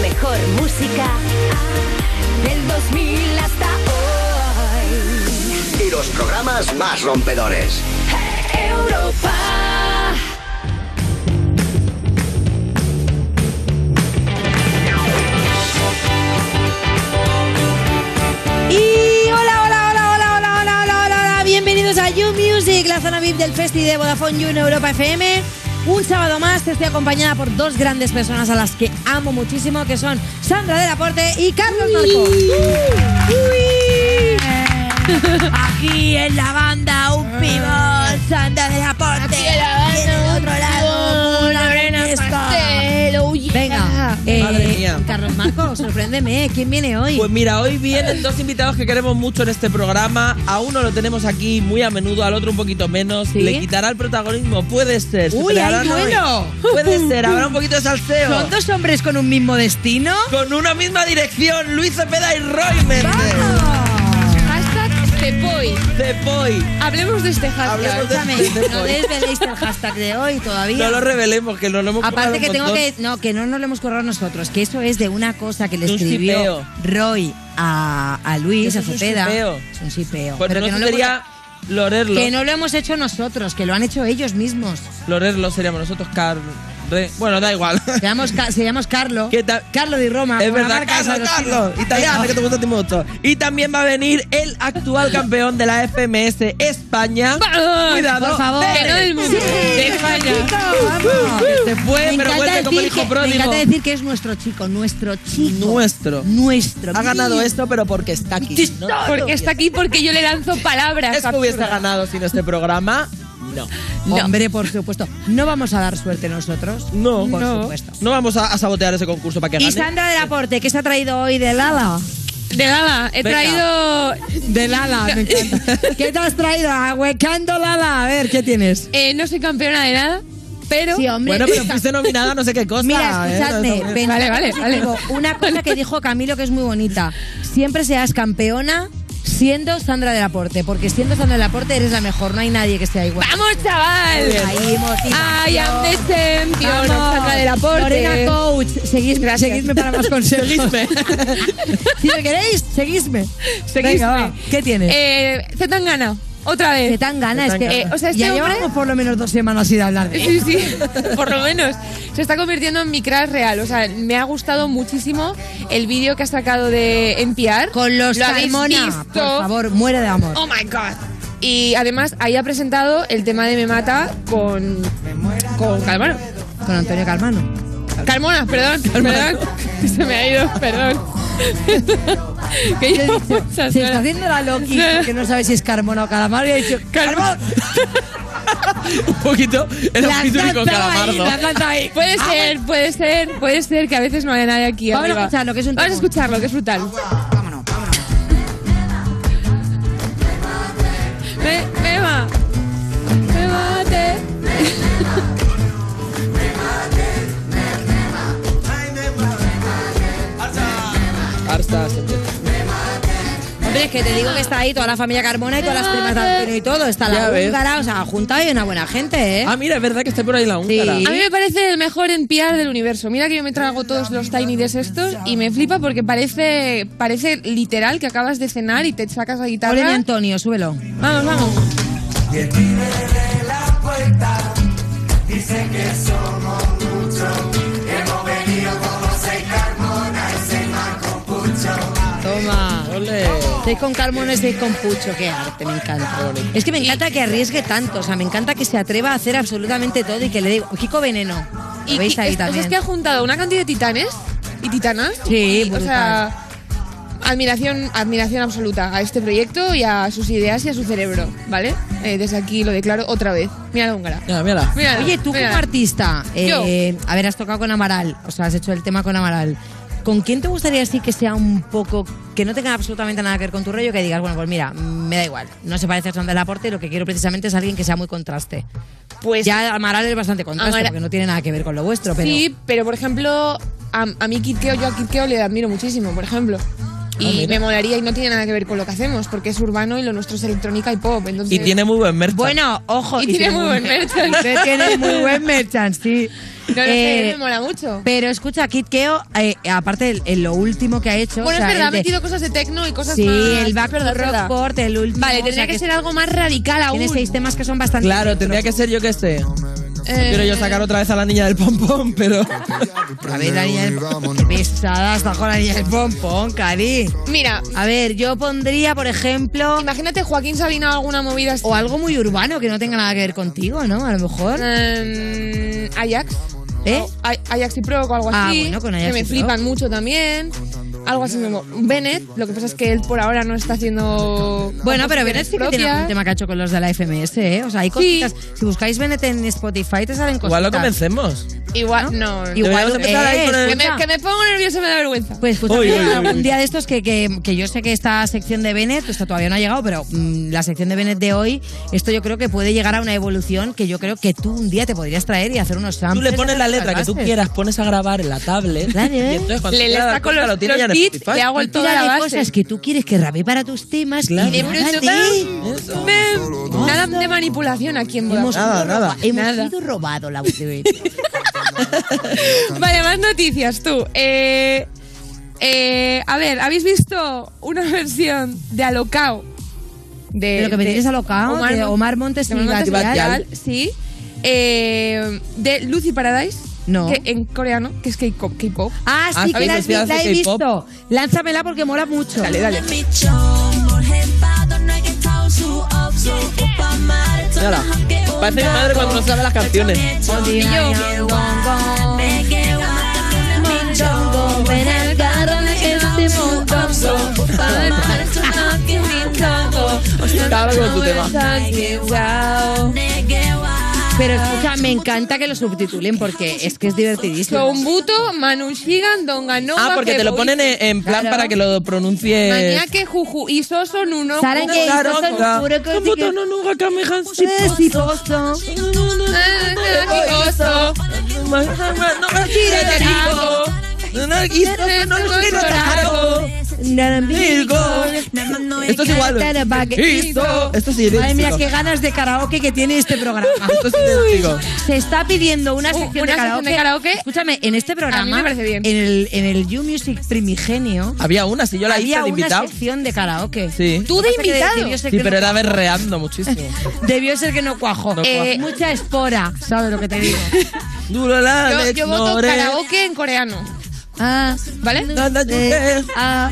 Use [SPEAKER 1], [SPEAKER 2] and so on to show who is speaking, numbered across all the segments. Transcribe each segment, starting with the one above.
[SPEAKER 1] mejor música del 2000 hasta hoy.
[SPEAKER 2] Y los programas más rompedores.
[SPEAKER 1] Europa.
[SPEAKER 3] Y hola, hola, hola, hola, hola, hola, hola, hola, hola. Bienvenidos a You Music, la zona VIP del Festi de Vodafone You en Europa FM. Un sábado más te estoy acompañada por dos grandes personas a las que amo muchísimo, que son Sandra del Aporte y Carlos Marco. Aquí en la banda un
[SPEAKER 4] Ah.
[SPEAKER 3] pibón, Sandra del Aporte. Y en el otro lado una fresca. Venga, eh,
[SPEAKER 4] oh, Madre mía.
[SPEAKER 3] Carlos Marco, sorpréndeme, ¿eh? ¿quién viene hoy?
[SPEAKER 4] Pues mira, hoy vienen dos invitados que queremos mucho en este programa. A uno lo tenemos aquí muy a menudo, al otro un poquito menos.
[SPEAKER 3] ¿Sí?
[SPEAKER 4] Le quitará el protagonismo, puede ser. Se
[SPEAKER 5] Uy,
[SPEAKER 4] pelearán
[SPEAKER 5] hay
[SPEAKER 4] hoy.
[SPEAKER 5] duelo.
[SPEAKER 4] Puede ser, habrá un poquito de salseo.
[SPEAKER 5] ¿Son dos hombres con un mismo destino?
[SPEAKER 4] Con una misma dirección, Luis Cepeda y Roy Méndez.
[SPEAKER 6] Hashtag Cepoy.
[SPEAKER 4] Cepoy.
[SPEAKER 6] Hablemos de este hashtag.
[SPEAKER 4] Hablemos de
[SPEAKER 3] Escúchame,
[SPEAKER 4] de
[SPEAKER 3] no
[SPEAKER 4] Cepoy.
[SPEAKER 3] desveléis el hashtag de hoy todavía.
[SPEAKER 4] No lo revelemos, que no lo hemos currado
[SPEAKER 3] Aparte
[SPEAKER 4] un
[SPEAKER 3] que tengo
[SPEAKER 4] montón.
[SPEAKER 3] que... No, que no nos lo hemos corrado nosotros, que eso es de una cosa que le
[SPEAKER 4] De un
[SPEAKER 3] escribió
[SPEAKER 4] sipeo.
[SPEAKER 3] Roy a, a Luis,
[SPEAKER 4] Eso
[SPEAKER 3] a
[SPEAKER 4] es un
[SPEAKER 3] Cepeda.
[SPEAKER 4] sipeo.
[SPEAKER 3] Es un sipeo.
[SPEAKER 4] Pues
[SPEAKER 3] Pero
[SPEAKER 4] no
[SPEAKER 3] que, no lo
[SPEAKER 4] sería
[SPEAKER 3] hemos,
[SPEAKER 4] Lorerlo.
[SPEAKER 3] que no lo hemos hecho nosotros, que lo han hecho ellos mismos.
[SPEAKER 4] Lorerlo seríamos nosotros, Car... Re- Bueno, da igual.
[SPEAKER 3] Se llamamos, Ca- se llamamos Carlo.
[SPEAKER 4] ¿Qué tal?
[SPEAKER 3] Carlo de Roma.
[SPEAKER 4] Es
[SPEAKER 3] una
[SPEAKER 4] verdad,
[SPEAKER 3] marca de
[SPEAKER 4] Carlos,
[SPEAKER 3] sabrosura.
[SPEAKER 4] Carlos, italiano, que te gusta a ti mucho. Y también va a venir el actual campeón de la FMS España. Cuidado,
[SPEAKER 3] por favor.
[SPEAKER 4] Tere.
[SPEAKER 6] Que no del mundo. de España.
[SPEAKER 4] Uh, Se fue, pero vuelve como el hijo
[SPEAKER 3] que, me
[SPEAKER 4] pródigo.
[SPEAKER 3] encanta decir que es nuestro chico, nuestro chico.
[SPEAKER 4] Nuestro.
[SPEAKER 3] Nuestro.
[SPEAKER 4] Ha ganado esto, pero porque está aquí. ¿no?
[SPEAKER 6] Porque está aquí porque yo le lanzo palabras.
[SPEAKER 4] ¿Es que hubiese
[SPEAKER 6] absurdas.
[SPEAKER 4] ganado sin este programa? No.
[SPEAKER 6] No.
[SPEAKER 3] Hombre, por supuesto. No vamos a dar suerte nosotros.
[SPEAKER 4] No,
[SPEAKER 3] por
[SPEAKER 4] no.
[SPEAKER 3] supuesto.
[SPEAKER 4] No vamos a, a sabotear ese concurso para que
[SPEAKER 3] Y
[SPEAKER 4] gane.
[SPEAKER 3] Sandra del Aporte, ¿qué se ha traído hoy del ala?
[SPEAKER 6] De nada, he
[SPEAKER 4] Venga.
[SPEAKER 6] traído.
[SPEAKER 3] Del ala, me encanta. ¿Qué te has traído? Ahuecando el ala. A ver, ¿qué tienes?
[SPEAKER 6] eh, no soy campeona de nada, pero.
[SPEAKER 3] Sí, hombre.
[SPEAKER 4] Bueno, pero fuiste nominada no sé qué cosa.
[SPEAKER 3] Mira,
[SPEAKER 4] ¿eh?
[SPEAKER 3] escuchadme.
[SPEAKER 4] No, no,
[SPEAKER 3] pensad
[SPEAKER 6] Vale, vale,
[SPEAKER 3] en positivo. Una cosa que dijo Camilo que es muy bonita. Siempre seas campeona siendo Sandra del Aporte, porque siendo Sandra del Aporte eres la mejor. No hay nadie que sea igual.
[SPEAKER 6] ¡Vamos, chaval!
[SPEAKER 3] Ahí, motivación.
[SPEAKER 6] ¡Ay, am the champion!
[SPEAKER 3] Vamos.
[SPEAKER 6] Sandra del aporte.
[SPEAKER 3] Lorena Coach, seguidme,
[SPEAKER 6] Gracias.
[SPEAKER 3] seguidme para más consejos.
[SPEAKER 4] Seguidme.
[SPEAKER 3] si me queréis, seguidme.
[SPEAKER 6] Seguidme.
[SPEAKER 3] Venga, va. ¿Qué tienes?
[SPEAKER 6] Eh, Zetangana, otra vez.
[SPEAKER 3] que tan gana, es que
[SPEAKER 6] Eh, o sea, este
[SPEAKER 3] ya
[SPEAKER 6] hombre-
[SPEAKER 3] llevamos por lo menos dos semanas sin hablar de él.
[SPEAKER 6] Sí, sí, por lo menos. Se está convirtiendo en mi crash real. O sea, me ha gustado muchísimo el vídeo que ha sacado de NPR.
[SPEAKER 3] Con los
[SPEAKER 6] ¿Lo habéis
[SPEAKER 3] Salmona,
[SPEAKER 6] visto?
[SPEAKER 3] por favor, muere de amor.
[SPEAKER 6] Oh my god. Y además ahí ha presentado el tema de Me Mata con. con Calmona.
[SPEAKER 3] Con Antonio Calmano.
[SPEAKER 6] Calmona, perdón, perdón. Se me ha ido, perdón. que
[SPEAKER 3] Yo he
[SPEAKER 6] llevo
[SPEAKER 3] dicho,
[SPEAKER 6] muchas
[SPEAKER 3] se está
[SPEAKER 6] horas.
[SPEAKER 3] haciendo la Loki, que no sabe si es Carmona o Calamaro, y ha dicho,
[SPEAKER 6] Calmona.
[SPEAKER 4] Un poquito. Era
[SPEAKER 3] La
[SPEAKER 4] un
[SPEAKER 3] has
[SPEAKER 4] títulico
[SPEAKER 3] lanzado ahí,
[SPEAKER 4] calamardo.
[SPEAKER 3] la has lanzado ahí. Ah,
[SPEAKER 6] Puede ser, puede ser, puede ser que a veces no haya nadie aquí.
[SPEAKER 3] Vamos a
[SPEAKER 6] arriba.
[SPEAKER 3] escucharlo, que es un
[SPEAKER 6] Vamos a
[SPEAKER 3] temón.
[SPEAKER 6] escucharlo, que es brutal. Me, me va. Me mate.
[SPEAKER 4] Arsa, siempre.
[SPEAKER 3] Hombre, es que te digo que está ahí toda la familia Carmona y todas las primas de Antonio y todo. Está
[SPEAKER 4] Ya
[SPEAKER 3] la
[SPEAKER 4] ves.
[SPEAKER 3] húngara, o sea, junta y una buena gente, ¿eh?
[SPEAKER 4] Ah, mira, es verdad que está por ahí la húngara.
[SPEAKER 6] A mí me parece el mejor en PR del universo. Mira que yo me trago todos los Tiny Des estos y me flipa porque parece, parece literal que acabas de cenar y te sacas la
[SPEAKER 3] Ole mi
[SPEAKER 6] guitarra.
[SPEAKER 3] Antonio, súbelo.
[SPEAKER 6] Vamos, vamos.
[SPEAKER 3] Toma.
[SPEAKER 4] Ole.
[SPEAKER 3] Seis con Carmona y seis con Pucho, qué arte, me encanta. Es que me encanta que arriesgue tanto, o sea, me encanta que se atreva a hacer absolutamente todo y que le digo, Kiko Veneno. Lo veis
[SPEAKER 6] que-
[SPEAKER 3] ahí
[SPEAKER 6] es, o sea,
[SPEAKER 3] también.
[SPEAKER 6] es que ha juntado una cantidad de titanes y titanas.
[SPEAKER 3] Sí,
[SPEAKER 6] Y, o sea, admiración, admiración absoluta a este proyecto y a sus ideas y a su cerebro, ¿vale? Eh, desde aquí lo declaro otra vez. Mira la húngara.
[SPEAKER 4] Mira, mírala.
[SPEAKER 6] Mírala,
[SPEAKER 3] Oye, tú como
[SPEAKER 6] mírala.
[SPEAKER 3] artista, eh, a ver, has tocado con Amaral, o sea, has hecho el tema con Amaral. ¿Con quién te gustaría así que sea un poco, que no tenga absolutamente nada que ver con tu rollo, que digas, bueno, pues mira, me da igual, no se parece a Sandra Laporte y lo que quiero precisamente es alguien que sea muy contraste?
[SPEAKER 6] Pues
[SPEAKER 3] Ya Amaral es bastante contraste
[SPEAKER 6] Amaral-
[SPEAKER 3] porque no tiene nada que ver con lo vuestro, pero... Ah,
[SPEAKER 6] sí, pero por ejemplo, a, a mí Kitkeo, yo a Kitkeo le admiro muchísimo, por ejemplo. Y
[SPEAKER 4] mira.
[SPEAKER 6] me molaría y no tiene nada que ver con lo que hacemos, porque es urbano y lo nuestro es electrónica y pop. Entonces,
[SPEAKER 4] Y tiene muy buen merch.
[SPEAKER 3] Bueno, ojo.
[SPEAKER 6] Y tiene muy buen merchan.
[SPEAKER 3] Usted tiene muy buen merchan, sí.
[SPEAKER 6] No lo
[SPEAKER 3] Eh,
[SPEAKER 6] sé, me mola mucho.
[SPEAKER 3] pero escucha, Kid Keo, eh, aparte el- el- lo último que ha hecho.
[SPEAKER 6] Bueno,
[SPEAKER 3] o sea,
[SPEAKER 6] es verdad, ha
[SPEAKER 3] el de-
[SPEAKER 6] metido cosas de tecno y cosas
[SPEAKER 3] Sí,
[SPEAKER 6] más.
[SPEAKER 3] el Back to Rockport, el último.
[SPEAKER 6] Vale,
[SPEAKER 3] o
[SPEAKER 6] tendría
[SPEAKER 3] sea,
[SPEAKER 6] que ser algo más radical aún.
[SPEAKER 3] Tiene seis temas que son bastante.
[SPEAKER 4] claro, tendría que ser yo que sé.
[SPEAKER 6] Eh,
[SPEAKER 4] Quiero yo sacar otra vez a la niña del pompón, pero.
[SPEAKER 3] A ver, la niña del Qué pesada está con ¿eh? la niña del pompón, Cari.
[SPEAKER 6] Mira,
[SPEAKER 3] A ver, yo pondría, por ejemplo,
[SPEAKER 6] imagínate Joaquín Sabina o alguna movida así.
[SPEAKER 3] o algo muy urbano que no tenga nada que ver contigo, ¿no? A lo mejor.
[SPEAKER 6] Eh, Ajax. Oh,
[SPEAKER 3] ¿Eh?
[SPEAKER 6] Ay- Ajax y Proc o algo
[SPEAKER 3] Ah,
[SPEAKER 6] así.
[SPEAKER 3] bueno, con
[SPEAKER 6] que
[SPEAKER 3] Ajax
[SPEAKER 6] me
[SPEAKER 3] y Proc.
[SPEAKER 6] flipan mucho también. Algo así como Bennett. Lo que pasa es que él por ahora no está haciendo.
[SPEAKER 3] Bueno, pero
[SPEAKER 6] composiciones
[SPEAKER 3] Bennett sí que tiene
[SPEAKER 6] propias.
[SPEAKER 3] algún tema que ha hecho con los de la FMS, ¿eh? O sea, hay cositas. Si buscáis Bennett en Spotify, te salen cositas.
[SPEAKER 4] Igual lo comencemos.
[SPEAKER 6] Igual, no. no.
[SPEAKER 3] Igual
[SPEAKER 4] Deberíamos
[SPEAKER 3] lo
[SPEAKER 4] empezar ahí
[SPEAKER 3] es,
[SPEAKER 4] con el-
[SPEAKER 6] Que, me, que
[SPEAKER 3] escucha.
[SPEAKER 6] me pongo nervioso me da vergüenza.
[SPEAKER 3] Pues escucha,
[SPEAKER 4] Uy, uy, uy,
[SPEAKER 3] algún
[SPEAKER 4] uy.
[SPEAKER 3] día de estos que, que- que yo sé que esta sección de Bennett, pues todavía no ha llegado, pero mm, la sección de Bennett de hoy, esto yo creo que puede llegar a una evolución que yo creo que tú un día te podrías traer y hacer unos
[SPEAKER 4] Tú
[SPEAKER 3] samples.
[SPEAKER 4] le pones
[SPEAKER 3] de
[SPEAKER 4] la
[SPEAKER 3] las
[SPEAKER 4] letra que tú
[SPEAKER 3] bases.
[SPEAKER 4] quieras, pones a grabar en la tablet.
[SPEAKER 3] Claro,
[SPEAKER 4] Y
[SPEAKER 3] ¿eh?
[SPEAKER 4] entonces cuando
[SPEAKER 6] Le- le
[SPEAKER 4] quiera dar
[SPEAKER 6] saco
[SPEAKER 4] cuenta
[SPEAKER 6] los-
[SPEAKER 4] lo tiene
[SPEAKER 6] los
[SPEAKER 4] ya en
[SPEAKER 6] beats,
[SPEAKER 4] Spotify.
[SPEAKER 6] le hago el
[SPEAKER 3] Tú
[SPEAKER 6] toda la
[SPEAKER 3] dale
[SPEAKER 6] base.
[SPEAKER 3] cosas que tú quieres que rabe para tus temas. y
[SPEAKER 4] Claro.
[SPEAKER 3] de
[SPEAKER 6] Bruce
[SPEAKER 3] verdad, ¿eh?
[SPEAKER 6] Bam. Bam. Nada de manipulación aquí en
[SPEAKER 3] Hemos
[SPEAKER 6] Vodafone.
[SPEAKER 4] Nada,
[SPEAKER 3] sido roba-
[SPEAKER 4] nada.
[SPEAKER 3] Hemos
[SPEAKER 6] Nada.
[SPEAKER 3] sido robado la voz de Bennett.
[SPEAKER 6] Vale, más noticias tú. Eh, eh, a ver, ¿habéis visto una versión de Alocao? De,
[SPEAKER 3] De lo que me
[SPEAKER 6] de
[SPEAKER 3] tienes alocao, de
[SPEAKER 6] Mon-
[SPEAKER 3] Omar Montes
[SPEAKER 6] de
[SPEAKER 3] y
[SPEAKER 6] Omar
[SPEAKER 3] Bat
[SPEAKER 6] Montes y
[SPEAKER 3] Yal.
[SPEAKER 6] Bat Yal, Sí. Eh, de Lucy Paradise.
[SPEAKER 3] No.
[SPEAKER 6] que en coreano, que es K-pop. K-pop.
[SPEAKER 3] Ah,
[SPEAKER 4] Ah,
[SPEAKER 3] sí, que
[SPEAKER 4] ¿habéis
[SPEAKER 3] la, has vi-
[SPEAKER 4] escuchado
[SPEAKER 3] la he
[SPEAKER 4] hace K-pop?
[SPEAKER 3] visto. Lánzamela porque mola mucho.
[SPEAKER 6] Dale, dale.
[SPEAKER 4] Mírala. Parece mi madre cuando no sabe las canciones.
[SPEAKER 3] Y yo-
[SPEAKER 4] Cada uno con su tema.
[SPEAKER 3] Pero escucha, me encanta que lo subtitulen porque es que es divertidísimo.
[SPEAKER 6] Son Buto, Manu Shigan, Donganova.
[SPEAKER 4] Ah, porque te lo
[SPEAKER 6] Keboite,
[SPEAKER 4] ponen en, en plan
[SPEAKER 3] Claro.
[SPEAKER 4] para que lo pronuncies.
[SPEAKER 6] Maniaque, Juju y Soso, Nuno.
[SPEAKER 3] Saben que
[SPEAKER 4] Claro,
[SPEAKER 3] estos son
[SPEAKER 4] claro.
[SPEAKER 3] puro que-
[SPEAKER 4] Son putos, no, no, guacamejas, sí,
[SPEAKER 3] Eh, sí, pozo.
[SPEAKER 6] Soso.
[SPEAKER 4] Esto es igual. Hizo. Esto sí es
[SPEAKER 3] Madre mía,
[SPEAKER 4] idéntico.
[SPEAKER 3] qué ganas de karaoke que tiene este programa.
[SPEAKER 4] Ah, Esto es idéntico.
[SPEAKER 3] Se está pidiendo una
[SPEAKER 6] Uh,
[SPEAKER 3] sección,
[SPEAKER 6] una
[SPEAKER 3] de,
[SPEAKER 6] sección
[SPEAKER 3] karaoke.
[SPEAKER 6] de karaoke.
[SPEAKER 3] Escúchame, en este programa,
[SPEAKER 6] A mí me parece bien.
[SPEAKER 3] En, el, en el You Music Primigenio,
[SPEAKER 4] Había una, si Ah, yo la hice
[SPEAKER 3] había
[SPEAKER 4] de
[SPEAKER 3] una
[SPEAKER 4] invitado.
[SPEAKER 3] sección de karaoke.
[SPEAKER 4] Sí.
[SPEAKER 3] Tú de invitado. Debió ser,
[SPEAKER 4] Sí,
[SPEAKER 3] que
[SPEAKER 4] pero
[SPEAKER 3] no,
[SPEAKER 4] era berreando muchísimo.
[SPEAKER 3] debió ser que no cuajo.
[SPEAKER 4] No
[SPEAKER 3] Eh,
[SPEAKER 4] cuajo.
[SPEAKER 3] mucha espora, ¿sabes lo que te digo?
[SPEAKER 4] Duro la
[SPEAKER 6] Yo,
[SPEAKER 4] leche,
[SPEAKER 6] yo voto
[SPEAKER 4] more.
[SPEAKER 6] karaoke en coreano.
[SPEAKER 3] Ah,
[SPEAKER 6] ¿Vale?
[SPEAKER 4] Nada, eh,
[SPEAKER 3] ah,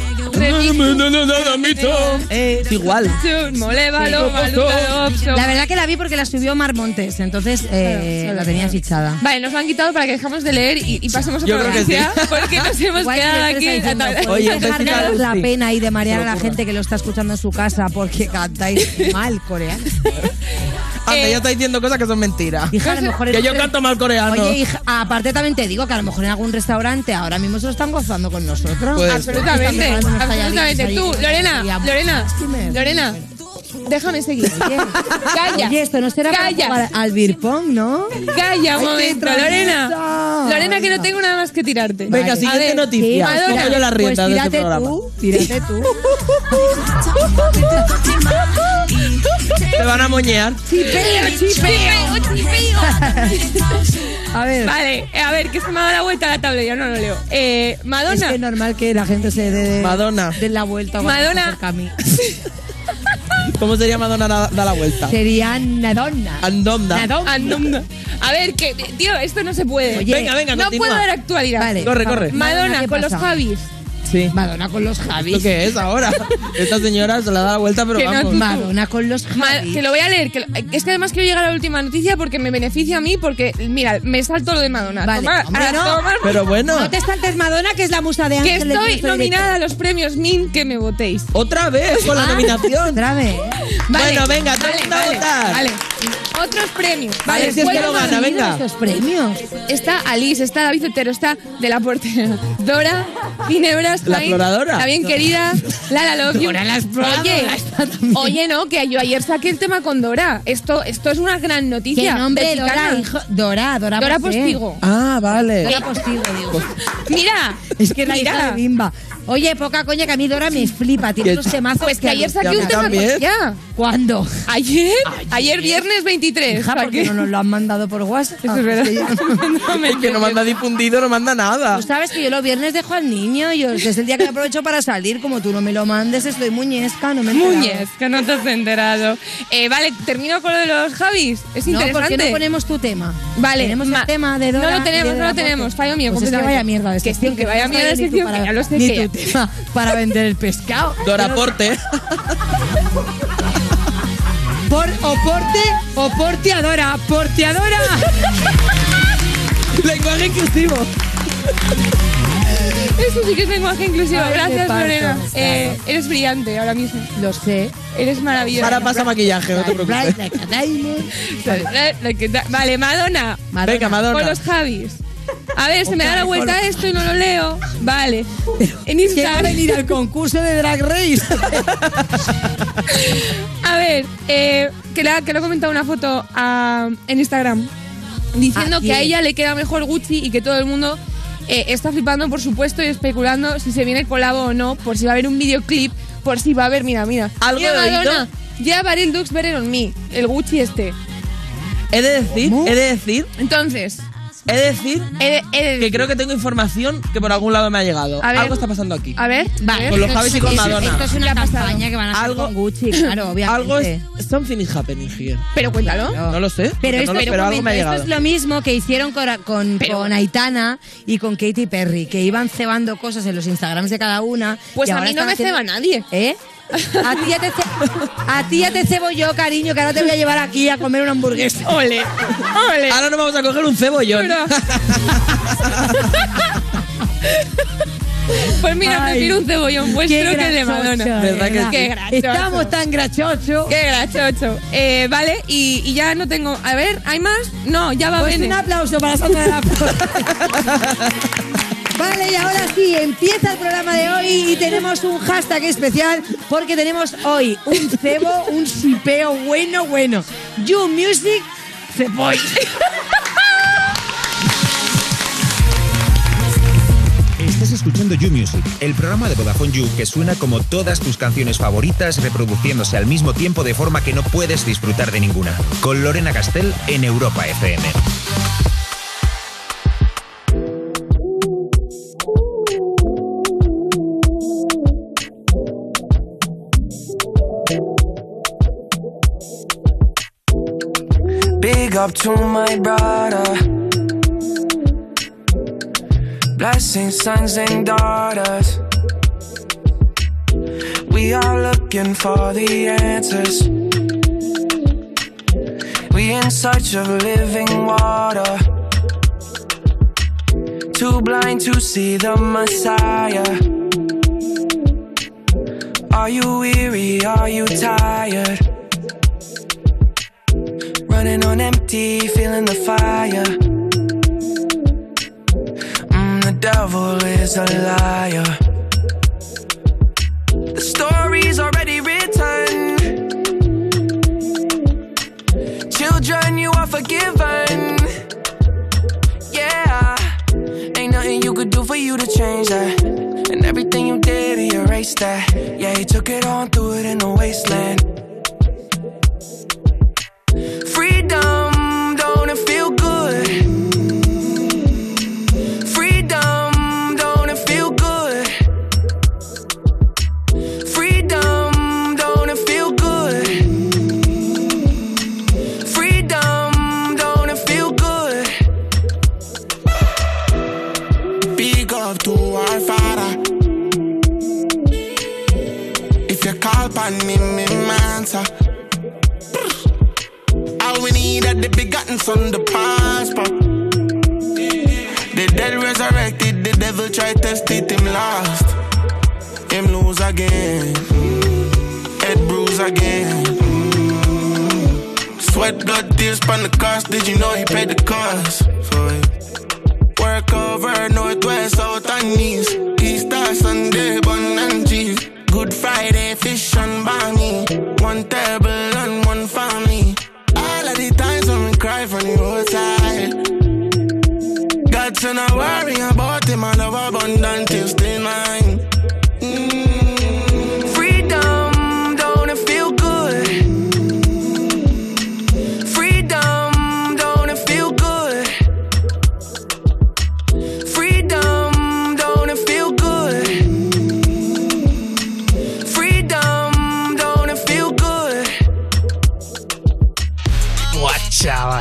[SPEAKER 4] eh, es Igual.
[SPEAKER 6] Molevalo, Maluca, Opso.
[SPEAKER 3] la verdad que la vi porque la subió Mar Montes, entonces eh, la tenía fichada.
[SPEAKER 6] Vale, nos lo han quitado para que dejamos de leer y, y pasemos a
[SPEAKER 4] Yo
[SPEAKER 6] otra
[SPEAKER 4] creo que
[SPEAKER 6] noticia,
[SPEAKER 4] sí.
[SPEAKER 6] porque nos hemos
[SPEAKER 3] Igual
[SPEAKER 6] quedado
[SPEAKER 3] que
[SPEAKER 6] aquí.
[SPEAKER 3] estáis diciendo,
[SPEAKER 6] hasta-
[SPEAKER 3] "Podéis
[SPEAKER 4] Oye, entonces,
[SPEAKER 3] dejarnos
[SPEAKER 4] claro,
[SPEAKER 3] la
[SPEAKER 4] sí.
[SPEAKER 3] pena y de marear a la gente que lo está escuchando en su casa porque cantáis mal coreano.
[SPEAKER 4] Anda,
[SPEAKER 6] Eh,
[SPEAKER 4] ya está diciendo cosas que son mentiras.
[SPEAKER 3] Hija, a lo mejor en
[SPEAKER 4] Que yo
[SPEAKER 3] otro-
[SPEAKER 4] canto mal coreano.
[SPEAKER 3] Oye, hija, aparte también te digo que a lo mejor en algún restaurante ahora mismo se lo están gozando con nosotros.
[SPEAKER 4] Puede ser.
[SPEAKER 6] Absolutamente,
[SPEAKER 3] Están preparando unos
[SPEAKER 6] absolutamente.
[SPEAKER 3] tallarines
[SPEAKER 6] Tú,
[SPEAKER 3] ahí.
[SPEAKER 6] Lorena,
[SPEAKER 3] Y am-
[SPEAKER 6] Lorena,
[SPEAKER 3] pues, Dime.
[SPEAKER 6] Lorena, déjame seguir. Calla.
[SPEAKER 3] Oye, esto no será para
[SPEAKER 6] Calla,
[SPEAKER 3] jugar al beer pong, ¿no?
[SPEAKER 6] calla un
[SPEAKER 3] Ay, qué
[SPEAKER 6] momento, Lorena.
[SPEAKER 3] entraña.
[SPEAKER 6] Lorena, que no tengo nada más que tirarte.
[SPEAKER 4] Venga,
[SPEAKER 6] A
[SPEAKER 4] siguiente
[SPEAKER 6] ver,
[SPEAKER 4] noticia.
[SPEAKER 6] Madonna.
[SPEAKER 4] Tomo yo las
[SPEAKER 3] Pues
[SPEAKER 4] riendas de este
[SPEAKER 3] tírate
[SPEAKER 4] programa.
[SPEAKER 3] tú, tírate tú.
[SPEAKER 4] Te van a moñear.
[SPEAKER 3] Chipeo, chipeo. A ver,
[SPEAKER 6] Vale, eh, a ver, que se me ha dado la vuelta la tabla, yo no lo leo. Eh,
[SPEAKER 3] es
[SPEAKER 6] Madonna.
[SPEAKER 3] que es normal que la gente se dé
[SPEAKER 4] Madonna.
[SPEAKER 3] dé la vuelta. cuando
[SPEAKER 6] Madonna.
[SPEAKER 3] se acerca a mí.
[SPEAKER 4] ¿Cómo sería Madonna da, da la vuelta?
[SPEAKER 3] Sería Madonna.
[SPEAKER 4] Andonda.
[SPEAKER 6] Andonda. A ver, que, tío, esto no se puede.
[SPEAKER 3] Oye,
[SPEAKER 4] Venga, venga,
[SPEAKER 6] no
[SPEAKER 4] continúa.
[SPEAKER 6] puedo dar actualidad.
[SPEAKER 3] Vale.
[SPEAKER 4] Corre, corre.
[SPEAKER 6] Madonna,
[SPEAKER 3] ¿qué
[SPEAKER 6] con los
[SPEAKER 3] pasa?
[SPEAKER 6] Javis.
[SPEAKER 4] Sí.
[SPEAKER 3] Madonna con los Javis.
[SPEAKER 4] ¿Lo que es ahora? Esta señora se la da la vuelta, pero
[SPEAKER 6] Que no,
[SPEAKER 4] vamos.
[SPEAKER 6] tú-
[SPEAKER 3] Madonna con los
[SPEAKER 6] Ma-
[SPEAKER 3] Javis.
[SPEAKER 6] que lo voy a leer. Que lo- es que además quiero llegar a la última noticia porque me beneficia a mí, porque, mira, me salto lo de Madonna.
[SPEAKER 3] Vale,
[SPEAKER 6] Ah, Toma-
[SPEAKER 3] hombre,
[SPEAKER 6] a
[SPEAKER 3] no.
[SPEAKER 6] tomar-
[SPEAKER 4] Pero bueno,
[SPEAKER 3] No te saltes Madonna, que es la musa de
[SPEAKER 6] que
[SPEAKER 3] Ángel. de
[SPEAKER 6] estoy
[SPEAKER 3] Cristo
[SPEAKER 6] nominada a los premios MIN que me votéis.
[SPEAKER 4] otra vez con la
[SPEAKER 3] Directo.
[SPEAKER 4] nominación.
[SPEAKER 3] Ah, Otra vez.
[SPEAKER 4] Bueno, venga, todo el mundo a
[SPEAKER 6] vale,
[SPEAKER 4] votar.
[SPEAKER 6] Vale. Otros premios.
[SPEAKER 4] A ver si es que
[SPEAKER 6] ¿cuál
[SPEAKER 4] lo
[SPEAKER 6] más?
[SPEAKER 4] gana, venga.
[SPEAKER 3] Estos premios.
[SPEAKER 6] Está Alice, está David Otero, está De la Portera, Dora, Ginebra, Swain,
[SPEAKER 4] exploradora.
[SPEAKER 6] La bien querida, Lala Love You. Oye, oye, no, que yo ayer saqué el tema con Dora. Esto, esto es una gran
[SPEAKER 3] ¿Qué
[SPEAKER 6] noticia.
[SPEAKER 3] nombre?
[SPEAKER 6] de
[SPEAKER 3] Dora,
[SPEAKER 6] Chicana.
[SPEAKER 3] hijo- Dora, Dora,
[SPEAKER 6] Dora
[SPEAKER 3] Posé.
[SPEAKER 6] Postigo.
[SPEAKER 4] Ah, vale.
[SPEAKER 3] Dora Postigo, digo.
[SPEAKER 6] Mira,
[SPEAKER 3] Es que era
[SPEAKER 6] mira.
[SPEAKER 3] hija de Bimba. Oye, poca coña, que a mí Dora me flipa. Tiene
[SPEAKER 4] Que-
[SPEAKER 3] unos temazos
[SPEAKER 6] Pues que ayer saqué
[SPEAKER 4] mí
[SPEAKER 6] un tema
[SPEAKER 4] también.
[SPEAKER 6] ya.
[SPEAKER 3] ¿Cuándo?
[SPEAKER 6] ¿Ayer? Ayer viernes 23.
[SPEAKER 3] Hija,
[SPEAKER 6] ¿Para
[SPEAKER 3] ¿por qué
[SPEAKER 6] qué?
[SPEAKER 3] no nos lo han mandado por WhatsApp?
[SPEAKER 6] Eso es verdad. No me
[SPEAKER 4] Es que no manda difundido, no manda nada.
[SPEAKER 3] Tú sabes que yo los viernes dejo al niño. Yo desde el día que aprovecho para salir, como tú no me lo mandes, estoy muñezca, no me he enterado.
[SPEAKER 6] Muñez, que no te has enterado. Eh, vale, termino con lo de los Javis. Es
[SPEAKER 3] No, ¿por
[SPEAKER 6] interesante.
[SPEAKER 3] qué no ponemos tu tema?
[SPEAKER 6] Vale,
[SPEAKER 3] tenemos
[SPEAKER 6] ma-
[SPEAKER 3] el tema de Dora.
[SPEAKER 6] No lo tenemos,
[SPEAKER 3] y de
[SPEAKER 6] no lo
[SPEAKER 3] Dora
[SPEAKER 6] tenemos.
[SPEAKER 3] Pote.
[SPEAKER 6] Fallo mío.
[SPEAKER 3] Pues es que
[SPEAKER 6] completamente.
[SPEAKER 3] vaya mierda de
[SPEAKER 6] Que sí,
[SPEAKER 3] sección.
[SPEAKER 6] que vaya
[SPEAKER 3] no
[SPEAKER 6] mierda de
[SPEAKER 3] sabes ni tú
[SPEAKER 6] sección.
[SPEAKER 3] para-
[SPEAKER 6] que ya lo sé.
[SPEAKER 3] Ni
[SPEAKER 6] que ya-
[SPEAKER 3] tu tema para vender el pescado.
[SPEAKER 4] Dora Porte.
[SPEAKER 3] Por, o porte o porteadora. Porteadora.
[SPEAKER 4] Lenguaje inclusivo.
[SPEAKER 6] Eso sí que es lenguaje inclusivo.
[SPEAKER 3] Ay, qué
[SPEAKER 6] Gracias,
[SPEAKER 3] parto,
[SPEAKER 6] Lorena.
[SPEAKER 3] claro.
[SPEAKER 6] Eh, eres brillante ahora mismo.
[SPEAKER 3] Lo sé.
[SPEAKER 6] Eres maravillosa.
[SPEAKER 4] Ahora pasa maquillaje, no te preocupes.
[SPEAKER 3] Bright like a diamond.
[SPEAKER 6] Vale, la que da- vale, Madonna.
[SPEAKER 3] Madonna.
[SPEAKER 4] Venga,
[SPEAKER 6] Con
[SPEAKER 4] Madonna.
[SPEAKER 6] los Javis. A ver, se me da la vuelta esto y no lo leo. Vale. En
[SPEAKER 3] Que va a
[SPEAKER 6] Instagram.
[SPEAKER 3] venir al concurso de Drag Race.
[SPEAKER 6] A ver, eh, que, le ha, que le he comentado una foto a- en Instagram diciendo
[SPEAKER 3] ¿A
[SPEAKER 6] que a
[SPEAKER 3] quién?
[SPEAKER 6] ella le queda mejor Gucci y que todo el mundo eh, está flipando, por supuesto, y especulando si se viene colabo o no, por si va a haber un videoclip, por si va a haber, mira, mira.
[SPEAKER 4] ¿Algo
[SPEAKER 6] Mira,
[SPEAKER 4] he oído?
[SPEAKER 6] Madonna, ya Baril Dux Better on Me, el Gucci este.
[SPEAKER 4] He de decir, he de decir,
[SPEAKER 6] Entonces,
[SPEAKER 4] he de decir
[SPEAKER 6] he de- he de-
[SPEAKER 4] que creo que tengo información que por algún lado me ha llegado.
[SPEAKER 6] A ver.
[SPEAKER 4] Algo está pasando aquí.
[SPEAKER 6] A ver, a ver.
[SPEAKER 4] Con los Javis y con
[SPEAKER 3] Esto
[SPEAKER 4] Madonna.
[SPEAKER 3] es una campaña que van a hacer
[SPEAKER 4] Algo-
[SPEAKER 3] con Gucci, claro, obviamente.
[SPEAKER 4] Algo es. Something is happening here.
[SPEAKER 6] Pero cuéntalo.
[SPEAKER 4] No lo sé. porque
[SPEAKER 3] Pero, esto,
[SPEAKER 4] no lo-
[SPEAKER 3] pero un
[SPEAKER 4] algo me ha
[SPEAKER 3] momento,
[SPEAKER 4] llegado.
[SPEAKER 3] esto es lo mismo que hicieron con, con, con Aitana y con Katy Perry, que iban cebando cosas en los Instagrams de cada una.
[SPEAKER 6] Pues
[SPEAKER 3] y
[SPEAKER 6] a
[SPEAKER 3] ahora
[SPEAKER 6] mí no
[SPEAKER 3] están
[SPEAKER 6] me
[SPEAKER 3] haciendo-
[SPEAKER 6] ceba nadie.
[SPEAKER 3] ¿Eh? A ti, ya te ce- a ti ya te cebo yo, cariño, que ahora te voy a llevar aquí a comer una hamburguesa.
[SPEAKER 6] Ole, ole.
[SPEAKER 4] Ahora nos vamos a coger un cebollón.
[SPEAKER 6] Pero- Pues mira, me
[SPEAKER 3] Ay,
[SPEAKER 6] tiro un cebollón vuestro que el de
[SPEAKER 3] grachocho,
[SPEAKER 6] Madonna.
[SPEAKER 3] de
[SPEAKER 4] ¿Verdad que
[SPEAKER 3] verdad.
[SPEAKER 6] Qué grachocho.
[SPEAKER 3] Estamos tan grachochos.
[SPEAKER 6] Qué grachocho. Eh, vale, y, y ya no tengo. A ver, ¿hay más? No, ya va a
[SPEAKER 3] Pues
[SPEAKER 6] venir.
[SPEAKER 3] un aplauso para Sandra de la Fuente. Vale, y ahora sí, empieza el programa de hoy y tenemos un hashtag especial porque tenemos hoy un cebo, un sipeo bueno, bueno. You Music Cepoy.
[SPEAKER 7] Estás escuchando You Music, el programa de Vodafone You que suena como todas tus canciones favoritas reproduciéndose al mismo tiempo de forma que no puedes disfrutar de ninguna. Con Lorena Castel en Europa FM.
[SPEAKER 8] Big up to my brother. Blessing sons and daughters. We are looking for the answers. We in search of living water. Too blind to see the Messiah. Are you weary? Are you tired? Running on empty, feeling the fire. Mm, the devil is a liar. The story's already written. Children, you are forgiven. Yeah. Ain't nothing you could do for you to change that. And everything you did, he erased that. Yeah, he took it all and threw it in the wasteland. Freedom, don't it feel good? Freedom, don't it feel good? Freedom, don't it feel good? Freedom, don't it feel good?
[SPEAKER 9] Big up to our father. If you call upon me, me answer. Brr. All we need are the begotten son, the prosper. The dead resurrected, the devil tried test it, him lost. Him lose again. Head bruise again. Sweat, blood, tears, pon the cost. Did you know he paid the cost for it? Work over northwest, south and east. Easter Sunday, bun and cheese. Good Friday, fish and bami. One table and one family. All of the times when we cry from the roadside. God said, I worry about him, I love abundant till still mine.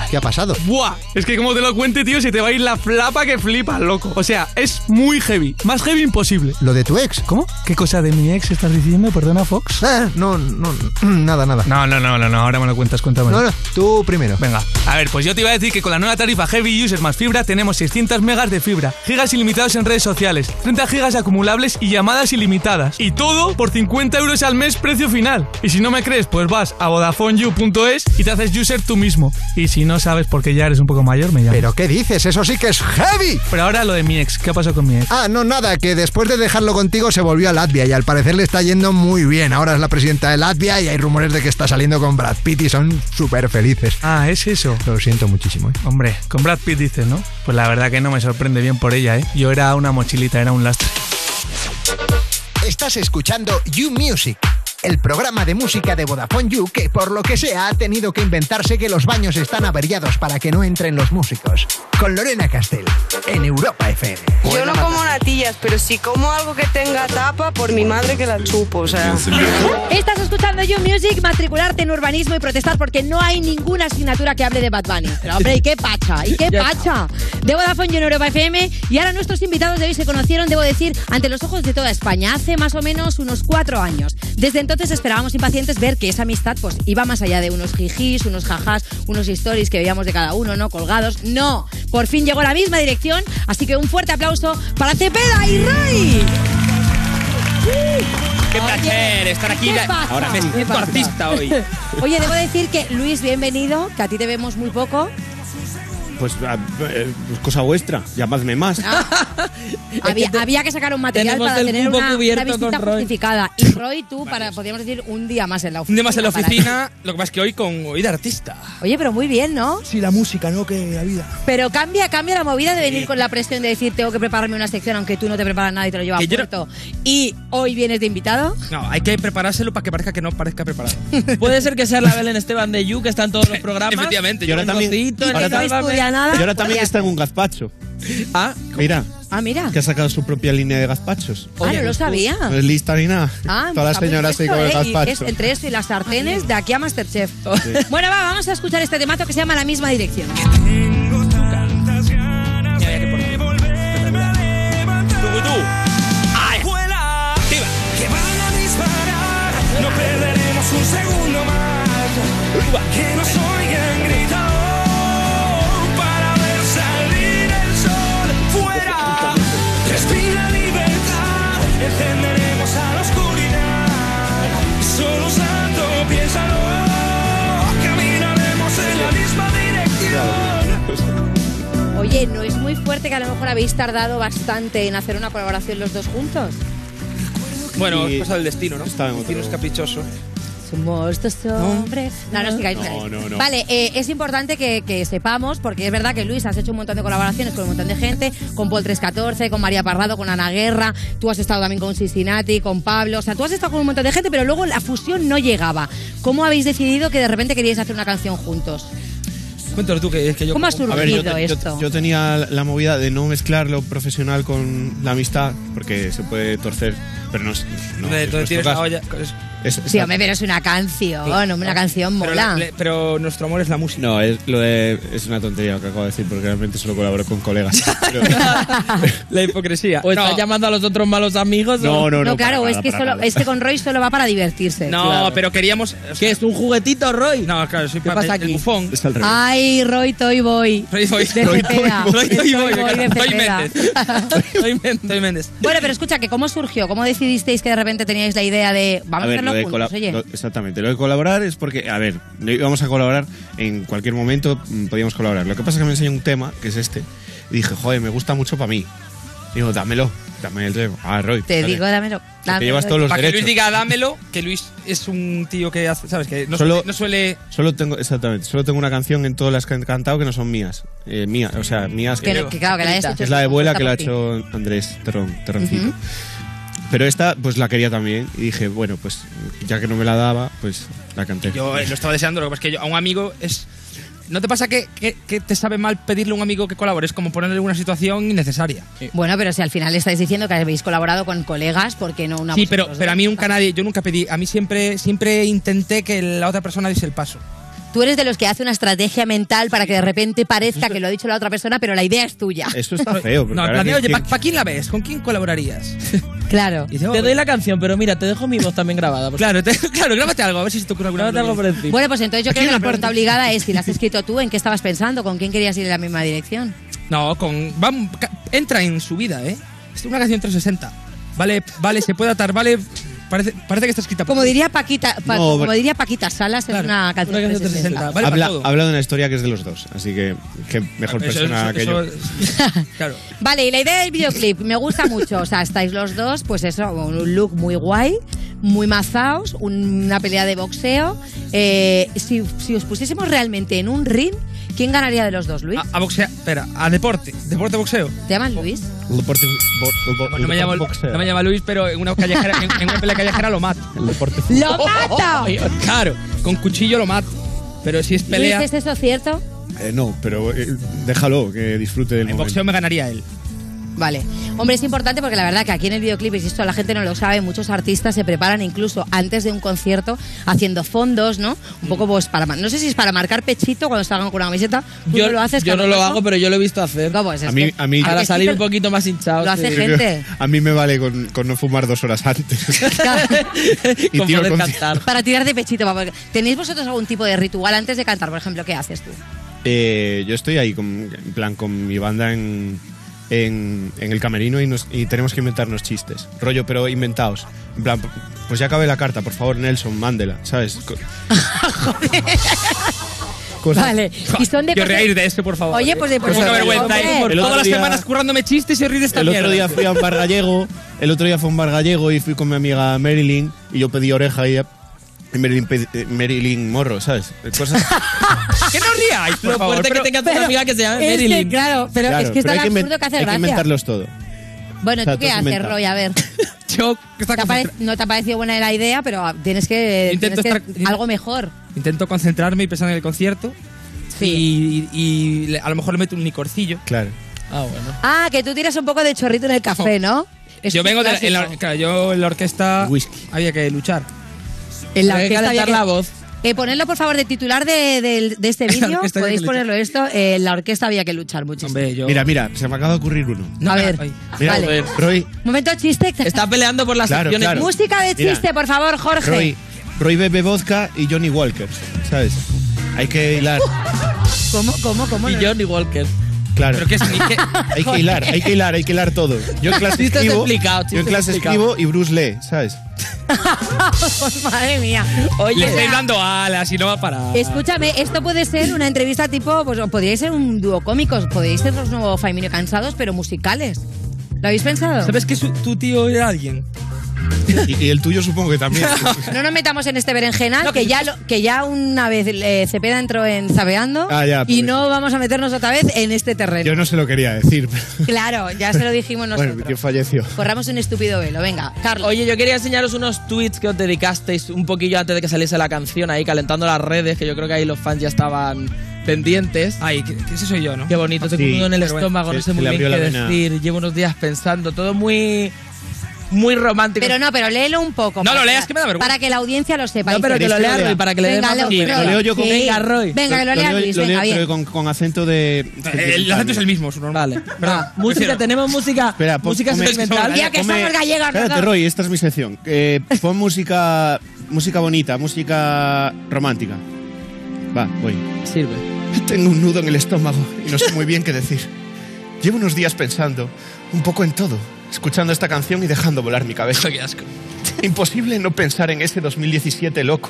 [SPEAKER 10] ¿Qué ha pasado?
[SPEAKER 11] Buah, es que como te lo cuente, tío, se te va a ir la flapa que flipa, loco. O sea, es muy heavy. Más heavy imposible.
[SPEAKER 10] ¿Lo de tu ex?
[SPEAKER 11] ¿Cómo? ¿Qué cosa de mi ex estás diciendo? Perdona, Fox.
[SPEAKER 10] Ah, no, no, nada, nada.
[SPEAKER 11] No, no, no, no, no, ahora me lo cuentas, cuéntame.
[SPEAKER 10] No, no, tú primero.
[SPEAKER 11] Venga, a ver, pues yo te iba a decir que con la nueva tarifa Heavy User más fibra tenemos 600 megas de fibra, gigas ilimitados en redes sociales, 30 gigas acumulables y llamadas ilimitadas. Y todo por 50 euros al mes precio final. Y si no me crees, pues vas a vodafoneyou.es y te haces user tú mismo. Y si no sabes porque ya eres un poco mayor, me llamas.
[SPEAKER 10] ¿Pero qué dices? Eso sí que es heavy.
[SPEAKER 11] Pero ahora lo de mi ex, ¿qué ha pasado con mi ex?
[SPEAKER 10] Ah, no, nada, que después de dejarlo contigo se volvió a Latvia y al parecer le está yendo muy bien. Ahora es la presidenta de Latvia y hay rumores de que está saliendo con Brad Pitt y son súper felices.
[SPEAKER 11] Ah, es eso.
[SPEAKER 10] Lo siento muchísimo, ¿eh?
[SPEAKER 11] Hombre, con Brad Pitt dices, ¿no? Pues la verdad que no me sorprende bien por ella, ¿eh? Yo era una mochilita, era un lastre.
[SPEAKER 2] Estás escuchando You Music, el programa de música de Vodafone You que por lo que sea ha tenido que inventarse que los baños están averiados para que no entren los músicos. Con Lorena Castell, en Europa FM.
[SPEAKER 12] Yo no como natillas, pero si como algo que tenga tapa, por mi madre que la chupo, o sea.
[SPEAKER 3] Estás escuchando You Music, matricularte en urbanismo y protestar porque no hay ninguna asignatura que hable de Bad Bunny. Pero hombre, ¿y qué pacha? ¿Y qué pacha? De Vodafone You en Europa FM y ahora nuestros invitados de hoy se conocieron, debo decir, ante los ojos de toda España hace más o menos unos cuatro años. Desde entonces esperábamos impacientes ver que esa amistad pues iba más allá de unos jijis, unos jajás, unos stories que veíamos de cada uno, ¿no? Colgados. No, por fin llegó a la misma dirección, así que un fuerte aplauso para Cepeda y Ray.
[SPEAKER 13] Qué
[SPEAKER 3] Oye,
[SPEAKER 13] placer estar aquí.
[SPEAKER 3] ¿qué
[SPEAKER 13] La-
[SPEAKER 3] pasa?
[SPEAKER 13] Ahora me
[SPEAKER 3] ¿Qué
[SPEAKER 13] siento
[SPEAKER 3] pasa?
[SPEAKER 13] artista hoy.
[SPEAKER 3] Oye, debo decir que Luis, bienvenido, que a ti te vemos muy poco.
[SPEAKER 13] Pues, ah, eh, pues cosa vuestra, llamadme más.
[SPEAKER 3] Ah, Había, había que sacar un material
[SPEAKER 4] tenemos
[SPEAKER 3] para
[SPEAKER 4] el
[SPEAKER 3] tener
[SPEAKER 4] cubo
[SPEAKER 3] una, una
[SPEAKER 4] cubierto
[SPEAKER 3] visita
[SPEAKER 4] con Roy.
[SPEAKER 3] justificada. Y Roy, tú, para, podríamos decir, un día más en la
[SPEAKER 13] Un
[SPEAKER 3] oficina.
[SPEAKER 13] día más en la
[SPEAKER 3] para ti.
[SPEAKER 13] oficina, lo que pasa es que hoy con oída artista.
[SPEAKER 3] Oye, pero muy bien, ¿no?
[SPEAKER 14] Sí, la música, ¿no? Que la vida.
[SPEAKER 3] Pero cambia, cambia la movida de venir con la presión de decir tengo que prepararme una sección aunque tú no te preparas nada y te lo llevas
[SPEAKER 13] Que yo no-
[SPEAKER 3] puesto. Y hoy vienes de invitado.
[SPEAKER 13] No, hay que preparárselo para que parezca que no parezca preparado.
[SPEAKER 4] Puede ser que sea la Belén Esteban de You, que está en todos los programas.
[SPEAKER 13] Efectivamente, yo
[SPEAKER 4] ahora también.
[SPEAKER 3] ahora no también- estudia nada.
[SPEAKER 15] Y ahora también está en un gazpacho.
[SPEAKER 4] Ah,
[SPEAKER 15] Mira,
[SPEAKER 3] Ah, mira.
[SPEAKER 15] que ha sacado su propia línea de gazpachos. pues,
[SPEAKER 3] Ah, no lo sabía.
[SPEAKER 15] No es lista ni nada.
[SPEAKER 3] Ah,
[SPEAKER 15] Todas las
[SPEAKER 3] pues
[SPEAKER 15] señoras ahí
[SPEAKER 3] esto,
[SPEAKER 15] con el
[SPEAKER 3] ¿eh? Y es
[SPEAKER 15] gazpacho.
[SPEAKER 3] entre eso y las sartenes de aquí a Masterchef. Bueno, va, vamos a escuchar este temazo que se llama La misma dirección.
[SPEAKER 8] Vuela, que van a disparar. No perderemos un segundo más. Que nos oigan gritar para ver salir el sol fuera. Respira libertad, encenderemos a la oscuridad. Solo santo, piénsalo. Caminaremos en la misma dirección.
[SPEAKER 3] Oye, ¿no es muy fuerte que a lo mejor habéis tardado bastante en hacer una colaboración los dos juntos?
[SPEAKER 13] Bueno,
[SPEAKER 15] Y-
[SPEAKER 13] es cosa del destino, ¿no? El destino es caprichoso.
[SPEAKER 3] Somos dos hombres. No, no, os digáis,
[SPEAKER 13] No,
[SPEAKER 3] digáis.
[SPEAKER 13] no, no.
[SPEAKER 3] Vale, eh, es importante que, que sepamos, porque es verdad que Luis has hecho un montón de colaboraciones con un montón de gente, con Paul 314, con María Parrado, con Ana Guerra, tú has estado también con Cincinnati, con Pablo, o sea, tú has estado con un montón de gente, pero luego la fusión no llegaba. ¿Cómo habéis decidido que de repente queríais hacer una canción juntos?
[SPEAKER 13] Cuéntanos tú que es que yo.
[SPEAKER 3] ¿Cómo ha
[SPEAKER 15] A ver, yo,
[SPEAKER 3] surgido
[SPEAKER 15] te- yo-
[SPEAKER 3] esto?
[SPEAKER 15] yo tenía la movida de no mezclar lo profesional con la amistad, porque se puede torcer, pero no es. No,
[SPEAKER 13] Hombre,
[SPEAKER 15] es
[SPEAKER 13] tú
[SPEAKER 15] nuestro
[SPEAKER 13] tienes la
[SPEAKER 15] caso.
[SPEAKER 13] olla-
[SPEAKER 15] Es-
[SPEAKER 3] Sí,
[SPEAKER 15] es-
[SPEAKER 3] hombre, pero es una canción, una canción
[SPEAKER 13] Pero,
[SPEAKER 3] mola.
[SPEAKER 13] la- le- pero nuestro amor es la música.
[SPEAKER 15] No, es, lo de- es una tontería lo que acabo de decir, porque realmente solo colaboro con colegas. Pero-
[SPEAKER 13] La hipocresía.
[SPEAKER 4] O estás llamando a los otros malos amigos.
[SPEAKER 15] no, no, no. para
[SPEAKER 3] claro,
[SPEAKER 15] nada,
[SPEAKER 3] es que
[SPEAKER 15] para
[SPEAKER 3] solo,
[SPEAKER 15] nada.
[SPEAKER 3] es que con Roy solo va para divertirse.
[SPEAKER 13] No, pero queríamos.
[SPEAKER 4] ¿Qué es un juguetito, Roy?
[SPEAKER 13] No, claro, soy pa-
[SPEAKER 4] pasa
[SPEAKER 13] el-
[SPEAKER 4] aquí?
[SPEAKER 13] el bufón. Ah,
[SPEAKER 15] Es al revés.
[SPEAKER 3] Ay, Roy Toy Boy.
[SPEAKER 13] Soy Boy.
[SPEAKER 3] De Cepeda.
[SPEAKER 13] Soy
[SPEAKER 3] El
[SPEAKER 13] Toy Boy.
[SPEAKER 3] Toy Boy de
[SPEAKER 13] Soy
[SPEAKER 3] Cepeda.
[SPEAKER 13] Méndez. Soy Méndez. Soy Méndez.
[SPEAKER 3] Bueno, pero escucha, que ¿cómo surgió? ¿Cómo decidisteis que de repente teníais la idea de vamos a,
[SPEAKER 15] ver,
[SPEAKER 3] hacerlo
[SPEAKER 15] lo de
[SPEAKER 3] juntos,
[SPEAKER 15] colab-
[SPEAKER 3] oye?
[SPEAKER 15] lo- exactamente, lo de colaborar es porque, a ver, no íbamos a colaborar en cualquier momento, mm, podíamos colaborar. Lo que pasa es que me enseñó un tema, que es este, y dije, joder, me gusta mucho para mí. Digo, dámelo, dame el tema. Ah, Roy.
[SPEAKER 3] Te
[SPEAKER 15] dale.
[SPEAKER 3] digo, dámelo.
[SPEAKER 15] Que
[SPEAKER 3] dámelo.
[SPEAKER 15] te llevas todos los
[SPEAKER 13] Para que Luis
[SPEAKER 15] derechos.
[SPEAKER 13] diga dámelo, que Luis es un tío que hace, ¿sabes? Que no,
[SPEAKER 15] Solo-
[SPEAKER 13] suele, no suele-
[SPEAKER 15] Solo tengo, exactamente, solo tengo una canción en todas las que he cantado que no son mías. Eh, mía, o sea, mías que,
[SPEAKER 3] Que, no- que claro, que la hayas hecho.
[SPEAKER 15] es la de abuela que la ha
[SPEAKER 3] por ti.
[SPEAKER 15] hecho Andrés Terrón, Terroncito. Pero esta, pues la quería también y dije, bueno, pues ya que no me la daba, pues la canté.
[SPEAKER 13] Yo eh, lo estaba deseando, lo que pasa es que yo, a un amigo es. ¿No te pasa que, que- que te sabe mal pedirle a un amigo que colabore? Es como ponerle una situación innecesaria.
[SPEAKER 3] Bueno, pero si al final estáis diciendo que habéis colaborado con colegas, ¿por qué no una
[SPEAKER 13] sí,
[SPEAKER 3] vosotros
[SPEAKER 13] pero,
[SPEAKER 3] dos?
[SPEAKER 13] pero a mí nunca nadie, yo nunca pedí, a mí siempre, siempre intenté que la otra persona diese el paso.
[SPEAKER 3] Tú eres de los que hace una estrategia mental para que de repente parezca que lo ha dicho la otra persona, pero la idea es tuya.
[SPEAKER 13] Eh,
[SPEAKER 15] Esto está feo.
[SPEAKER 13] No, en plan de, oye, ¿para quién la ves? ¿Con quién colaborarías?
[SPEAKER 3] Claro.
[SPEAKER 4] Te doy la canción, pero mira, te dejo mi voz también grabada.
[SPEAKER 13] Claro, te- claro, grábate algo, a ver si se te ocurre alguna
[SPEAKER 4] Grábate algo por encima.
[SPEAKER 3] Bueno, pues entonces yo
[SPEAKER 13] Aquí
[SPEAKER 3] creo que
[SPEAKER 13] una
[SPEAKER 3] la pregunta
[SPEAKER 13] pregunta.
[SPEAKER 3] obligada es si la has escrito tú, en qué estabas pensando, con quién querías ir en la misma dirección.
[SPEAKER 13] No, con. va- ca- entra en su vida, ¿eh? Es una canción 360. Vale, vale, se puede atar, vale. Parece, parece que está escrita por
[SPEAKER 3] Como diría Paquita, Pa-
[SPEAKER 15] No,
[SPEAKER 3] como
[SPEAKER 15] pero-
[SPEAKER 3] diría Paquita Salas en una canción
[SPEAKER 13] una canción
[SPEAKER 3] 360.
[SPEAKER 13] vale para
[SPEAKER 15] habla,
[SPEAKER 13] todo.
[SPEAKER 15] habla de una historia que es de los dos, así que qué mejor
[SPEAKER 13] Eso-
[SPEAKER 15] persona
[SPEAKER 13] eso-
[SPEAKER 15] que yo.
[SPEAKER 13] eso- Claro.
[SPEAKER 3] Vale, y la idea del videoclip me gusta mucho. O sea, estáis los dos, pues eso, un look muy guay, muy mazaos, un- una pelea de boxeo. Eh, si, si os pusiésemos realmente en un ring, ¿quién ganaría de los dos,
[SPEAKER 4] Ah.
[SPEAKER 3] Luis?
[SPEAKER 13] A boxear, espera, a deporte, deporte boxeo.
[SPEAKER 3] ¿Te llamas Luis?
[SPEAKER 4] Oh,
[SPEAKER 15] El deporte, bo- bo-
[SPEAKER 13] No me,
[SPEAKER 15] el
[SPEAKER 13] llamo,
[SPEAKER 15] deporte boxeo.
[SPEAKER 13] no me llamo Luis, pero en una, callejera, en, en una pelea callejera lo mato. Oh,
[SPEAKER 15] El deporte
[SPEAKER 3] ¡Lo mata!
[SPEAKER 13] Claro, con cuchillo lo mato. Pero si es pelea,
[SPEAKER 3] Luis, ¿es eso cierto?
[SPEAKER 15] Eh, no, pero eh, déjalo que disfrute del
[SPEAKER 13] en
[SPEAKER 15] momento.
[SPEAKER 13] boxeo me ganaría él.
[SPEAKER 3] Vale. Hombre, es importante porque la verdad que aquí en el videoclip, y esto la gente no lo sabe, muchos artistas se preparan incluso antes de un concierto haciendo fondos, ¿no? Un poco pues para... ma- No sé si es para marcar pechito cuando salgan con una camiseta. Tú
[SPEAKER 4] Yo,
[SPEAKER 3] no lo haces
[SPEAKER 4] yo no
[SPEAKER 3] Carlos,
[SPEAKER 4] lo hago, pero yo lo he visto hacer.
[SPEAKER 3] Vamos, es
[SPEAKER 15] A mí-
[SPEAKER 3] que-
[SPEAKER 15] a mí-
[SPEAKER 3] Claro
[SPEAKER 4] Para
[SPEAKER 3] que sí,
[SPEAKER 4] salir
[SPEAKER 3] pero-
[SPEAKER 4] un poquito más hinchado.
[SPEAKER 3] Lo
[SPEAKER 4] sí.
[SPEAKER 3] hace gente.
[SPEAKER 15] A mí me vale con, con no fumar dos horas antes. y
[SPEAKER 4] Con
[SPEAKER 15] tiro
[SPEAKER 4] poder
[SPEAKER 15] con-
[SPEAKER 4] cantar.
[SPEAKER 3] Para tirar de pechito. papá. ¿Tenéis vosotros algún tipo de ritual antes de cantar? Por ejemplo, ¿qué haces tú?
[SPEAKER 15] Eh, yo estoy ahí con, en plan con mi banda en, en, en el camerino y, nos- y tenemos que inventarnos chistes. Rollo, pero inventados. En plan, pues ya acabé la carta, por favor, Nelson, mándela, ¿sabes? Co- Cosas-
[SPEAKER 3] Vale. Y son de
[SPEAKER 13] Yo
[SPEAKER 3] cosas-
[SPEAKER 13] reír de eso, por favor.
[SPEAKER 3] Oye, pues de
[SPEAKER 13] Pues
[SPEAKER 3] cosas-
[SPEAKER 13] poca vergüenza.
[SPEAKER 3] Hombre.
[SPEAKER 13] ir por
[SPEAKER 15] El otro
[SPEAKER 13] todas las
[SPEAKER 15] día-
[SPEAKER 13] semanas currándome chistes y reír de esta
[SPEAKER 15] El otro día
[SPEAKER 13] mierda.
[SPEAKER 15] fui a un bar gallego, el otro día fue un bar gallego y fui con mi amiga Marilyn y yo pedí oreja y, ella- y Marilyn, pedi- eh, Marilyn morro, ¿sabes? Cosas...
[SPEAKER 13] Que no os riáis, por
[SPEAKER 4] Lo
[SPEAKER 13] favor.
[SPEAKER 4] fuerte
[SPEAKER 13] pero-
[SPEAKER 4] que tengas una amiga que se llama
[SPEAKER 3] es que,
[SPEAKER 4] Marilyn.
[SPEAKER 3] claro, pero
[SPEAKER 15] Claro,
[SPEAKER 3] es que es tan
[SPEAKER 15] pero hay
[SPEAKER 3] absurdo
[SPEAKER 15] inven-
[SPEAKER 3] que hace
[SPEAKER 15] Hay que
[SPEAKER 3] gracia.
[SPEAKER 15] inventarlos todo.
[SPEAKER 3] Bueno,
[SPEAKER 15] O sea,
[SPEAKER 3] ¿tú qué
[SPEAKER 15] tú has
[SPEAKER 3] haces,
[SPEAKER 15] inventado.
[SPEAKER 3] Roy? A ver.
[SPEAKER 13] Yo,
[SPEAKER 3] ¿Te ha pare- no te ha parecido buena la idea, pero ah, tienes que,
[SPEAKER 13] Intento
[SPEAKER 3] tienes que-
[SPEAKER 13] estar-
[SPEAKER 3] algo mejor.
[SPEAKER 13] Intento concentrarme y pensar en el concierto.
[SPEAKER 3] Sí.
[SPEAKER 13] Y, y- y le- a lo mejor le meto un licorcillo.
[SPEAKER 15] Claro.
[SPEAKER 13] Ah, bueno.
[SPEAKER 3] Ah, que tú tiras un poco de chorrito en el café, ¿no? Eso
[SPEAKER 13] yo
[SPEAKER 3] es
[SPEAKER 13] vengo de la, en la-
[SPEAKER 3] clásico.
[SPEAKER 13] claro, yo en la orquesta había que luchar.
[SPEAKER 3] En la
[SPEAKER 13] Había que
[SPEAKER 3] orquesta había
[SPEAKER 13] calentar la voz.
[SPEAKER 3] Eh, ponedlo, por favor, de titular de, del- de este
[SPEAKER 13] La
[SPEAKER 3] vídeo.
[SPEAKER 13] orquesta había
[SPEAKER 3] Podéis
[SPEAKER 13] que luchar.
[SPEAKER 3] ponerlo esto. eh, la orquesta había que luchar muchísimo.
[SPEAKER 15] Mira, mira, se me acaba de ocurrir uno.
[SPEAKER 3] a ver,
[SPEAKER 15] Mira,
[SPEAKER 3] vale.
[SPEAKER 15] Roy,
[SPEAKER 3] Momento chiste.
[SPEAKER 4] Está peleando por las
[SPEAKER 15] Claro,
[SPEAKER 4] acciones.
[SPEAKER 15] claro.
[SPEAKER 3] Música de
[SPEAKER 15] Mira.
[SPEAKER 3] chiste, por favor, Jorge.
[SPEAKER 15] Roy, Roy bebe vodka y Johnny Walker, ¿sabes? Hay que hilar.
[SPEAKER 3] ¿Cómo, cómo, cómo?
[SPEAKER 4] Y Johnny Walker.
[SPEAKER 15] Claro.
[SPEAKER 13] Pero que es- que-
[SPEAKER 15] Hay que hilar, hay que hilar, hay que hilar todo. Yo en clase
[SPEAKER 4] Chistes
[SPEAKER 15] escribo,
[SPEAKER 4] explicados,
[SPEAKER 15] yo en
[SPEAKER 4] chistes
[SPEAKER 15] clase
[SPEAKER 4] explicados.
[SPEAKER 15] escribo y Bruce lee, ¿sabes?
[SPEAKER 3] Pues Madre mía.
[SPEAKER 13] le
[SPEAKER 3] O sea,
[SPEAKER 13] estoy dando alas y no va a parar.
[SPEAKER 3] Escúchame, esto puede ser una entrevista tipo, pues podríais ser un dúo cómico, podríais ser los nuevos Faiminio Cansados, pero musicales. ¿Lo habéis pensado?
[SPEAKER 13] ¿Sabes que su- tu tío era alguien?
[SPEAKER 15] Y, y el tuyo supongo que también.
[SPEAKER 3] No nos metamos en este berenjenal, que, ya lo- que ya una vez eh, Cepeda entró en Zabeando
[SPEAKER 15] Ah, ya,
[SPEAKER 3] y
[SPEAKER 15] por
[SPEAKER 3] no vamos a meternos otra vez en este terreno.
[SPEAKER 15] Yo no se lo quería decir.
[SPEAKER 3] Claro, ya se lo dijimos nosotros.
[SPEAKER 15] Bueno, que falleció.
[SPEAKER 3] Corramos un estúpido velo, venga. Carlos.
[SPEAKER 4] Oye, yo quería enseñaros unos tweets que os dedicasteis un poquillo antes de que saliese la canción ahí, calentando las redes, que yo creo que ahí los fans ya estaban pendientes.
[SPEAKER 13] Ay, que, que ese soy yo, ¿no?
[SPEAKER 4] Qué bonito, tengo un
[SPEAKER 13] Sí.
[SPEAKER 4] nudo en el
[SPEAKER 13] Pero bueno,
[SPEAKER 4] estómago,
[SPEAKER 13] se-
[SPEAKER 4] no sé
[SPEAKER 13] se
[SPEAKER 4] muy
[SPEAKER 13] le
[SPEAKER 4] bien
[SPEAKER 13] abrió
[SPEAKER 4] qué
[SPEAKER 13] la vena.
[SPEAKER 4] decir. Llevo unos días pensando, todo muy, muy romántico.
[SPEAKER 3] Pero no, pero léelo un poco.
[SPEAKER 4] No
[SPEAKER 3] para
[SPEAKER 4] lo leas,
[SPEAKER 3] la-
[SPEAKER 4] que me da vergüenza.
[SPEAKER 3] Para que la audiencia lo sepa.
[SPEAKER 4] No, pero
[SPEAKER 3] Dice,
[SPEAKER 4] que lo lea Roy, para que le dé
[SPEAKER 3] Venga,
[SPEAKER 4] más
[SPEAKER 3] leo-
[SPEAKER 4] audiencia.
[SPEAKER 3] Roy.
[SPEAKER 15] Lo leo yo con-
[SPEAKER 3] Sí.
[SPEAKER 15] Venga,
[SPEAKER 4] Roy.
[SPEAKER 3] Venga, que lo lea
[SPEAKER 15] leo,
[SPEAKER 3] Luis,
[SPEAKER 15] lo leo,
[SPEAKER 3] venga, bien.
[SPEAKER 15] pero con, con acento de.
[SPEAKER 13] El acento es el mismo, es normal.
[SPEAKER 4] Vale. Va, música, tenemos música.
[SPEAKER 15] Espera, pon-
[SPEAKER 4] música
[SPEAKER 15] ponme-
[SPEAKER 4] sentimental.
[SPEAKER 3] Ya que
[SPEAKER 15] ponme-
[SPEAKER 3] somos gallegos,
[SPEAKER 15] Espérate,
[SPEAKER 3] ¿no?
[SPEAKER 15] Roy, esta es mi sección. Eh, pon música, música bonita, música romántica. Va, voy.
[SPEAKER 4] Sirve.
[SPEAKER 15] Tengo un nudo en el estómago y no sé muy bien qué decir. Llevo unos días pensando, un poco en todo, escuchando esta canción y dejando volar mi cabeza.
[SPEAKER 13] Qué asco.
[SPEAKER 15] Imposible no pensar en ese 2017 loco,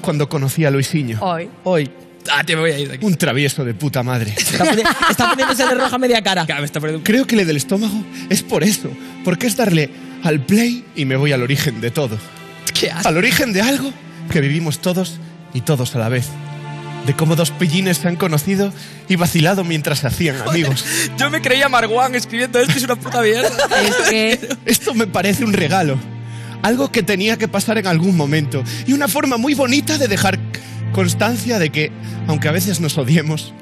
[SPEAKER 15] cuando conocí a Luisinho.
[SPEAKER 3] Hoy.
[SPEAKER 4] Hoy.
[SPEAKER 13] Ah, tío, me voy a ir de aquí.
[SPEAKER 15] Un travieso de puta madre.
[SPEAKER 4] Está, poni- está poniéndose de roja media cara.
[SPEAKER 13] Ya, me está poniendo-
[SPEAKER 15] Creo que le del estómago es por eso, porque es darle al play y me voy al origen de todo.
[SPEAKER 13] Qué asco.
[SPEAKER 15] Al origen de algo que vivimos todos y todos a la vez. De cómo dos pillines se han conocido y vacilado mientras se hacían amigos.
[SPEAKER 13] Yo me creía Marwan escribiendo esto, es una puta mierda.
[SPEAKER 3] Es que-
[SPEAKER 15] Esto me parece un regalo. Algo que tenía que pasar en algún momento. Y una forma muy bonita de dejar constancia de que, aunque a veces nos odiemos,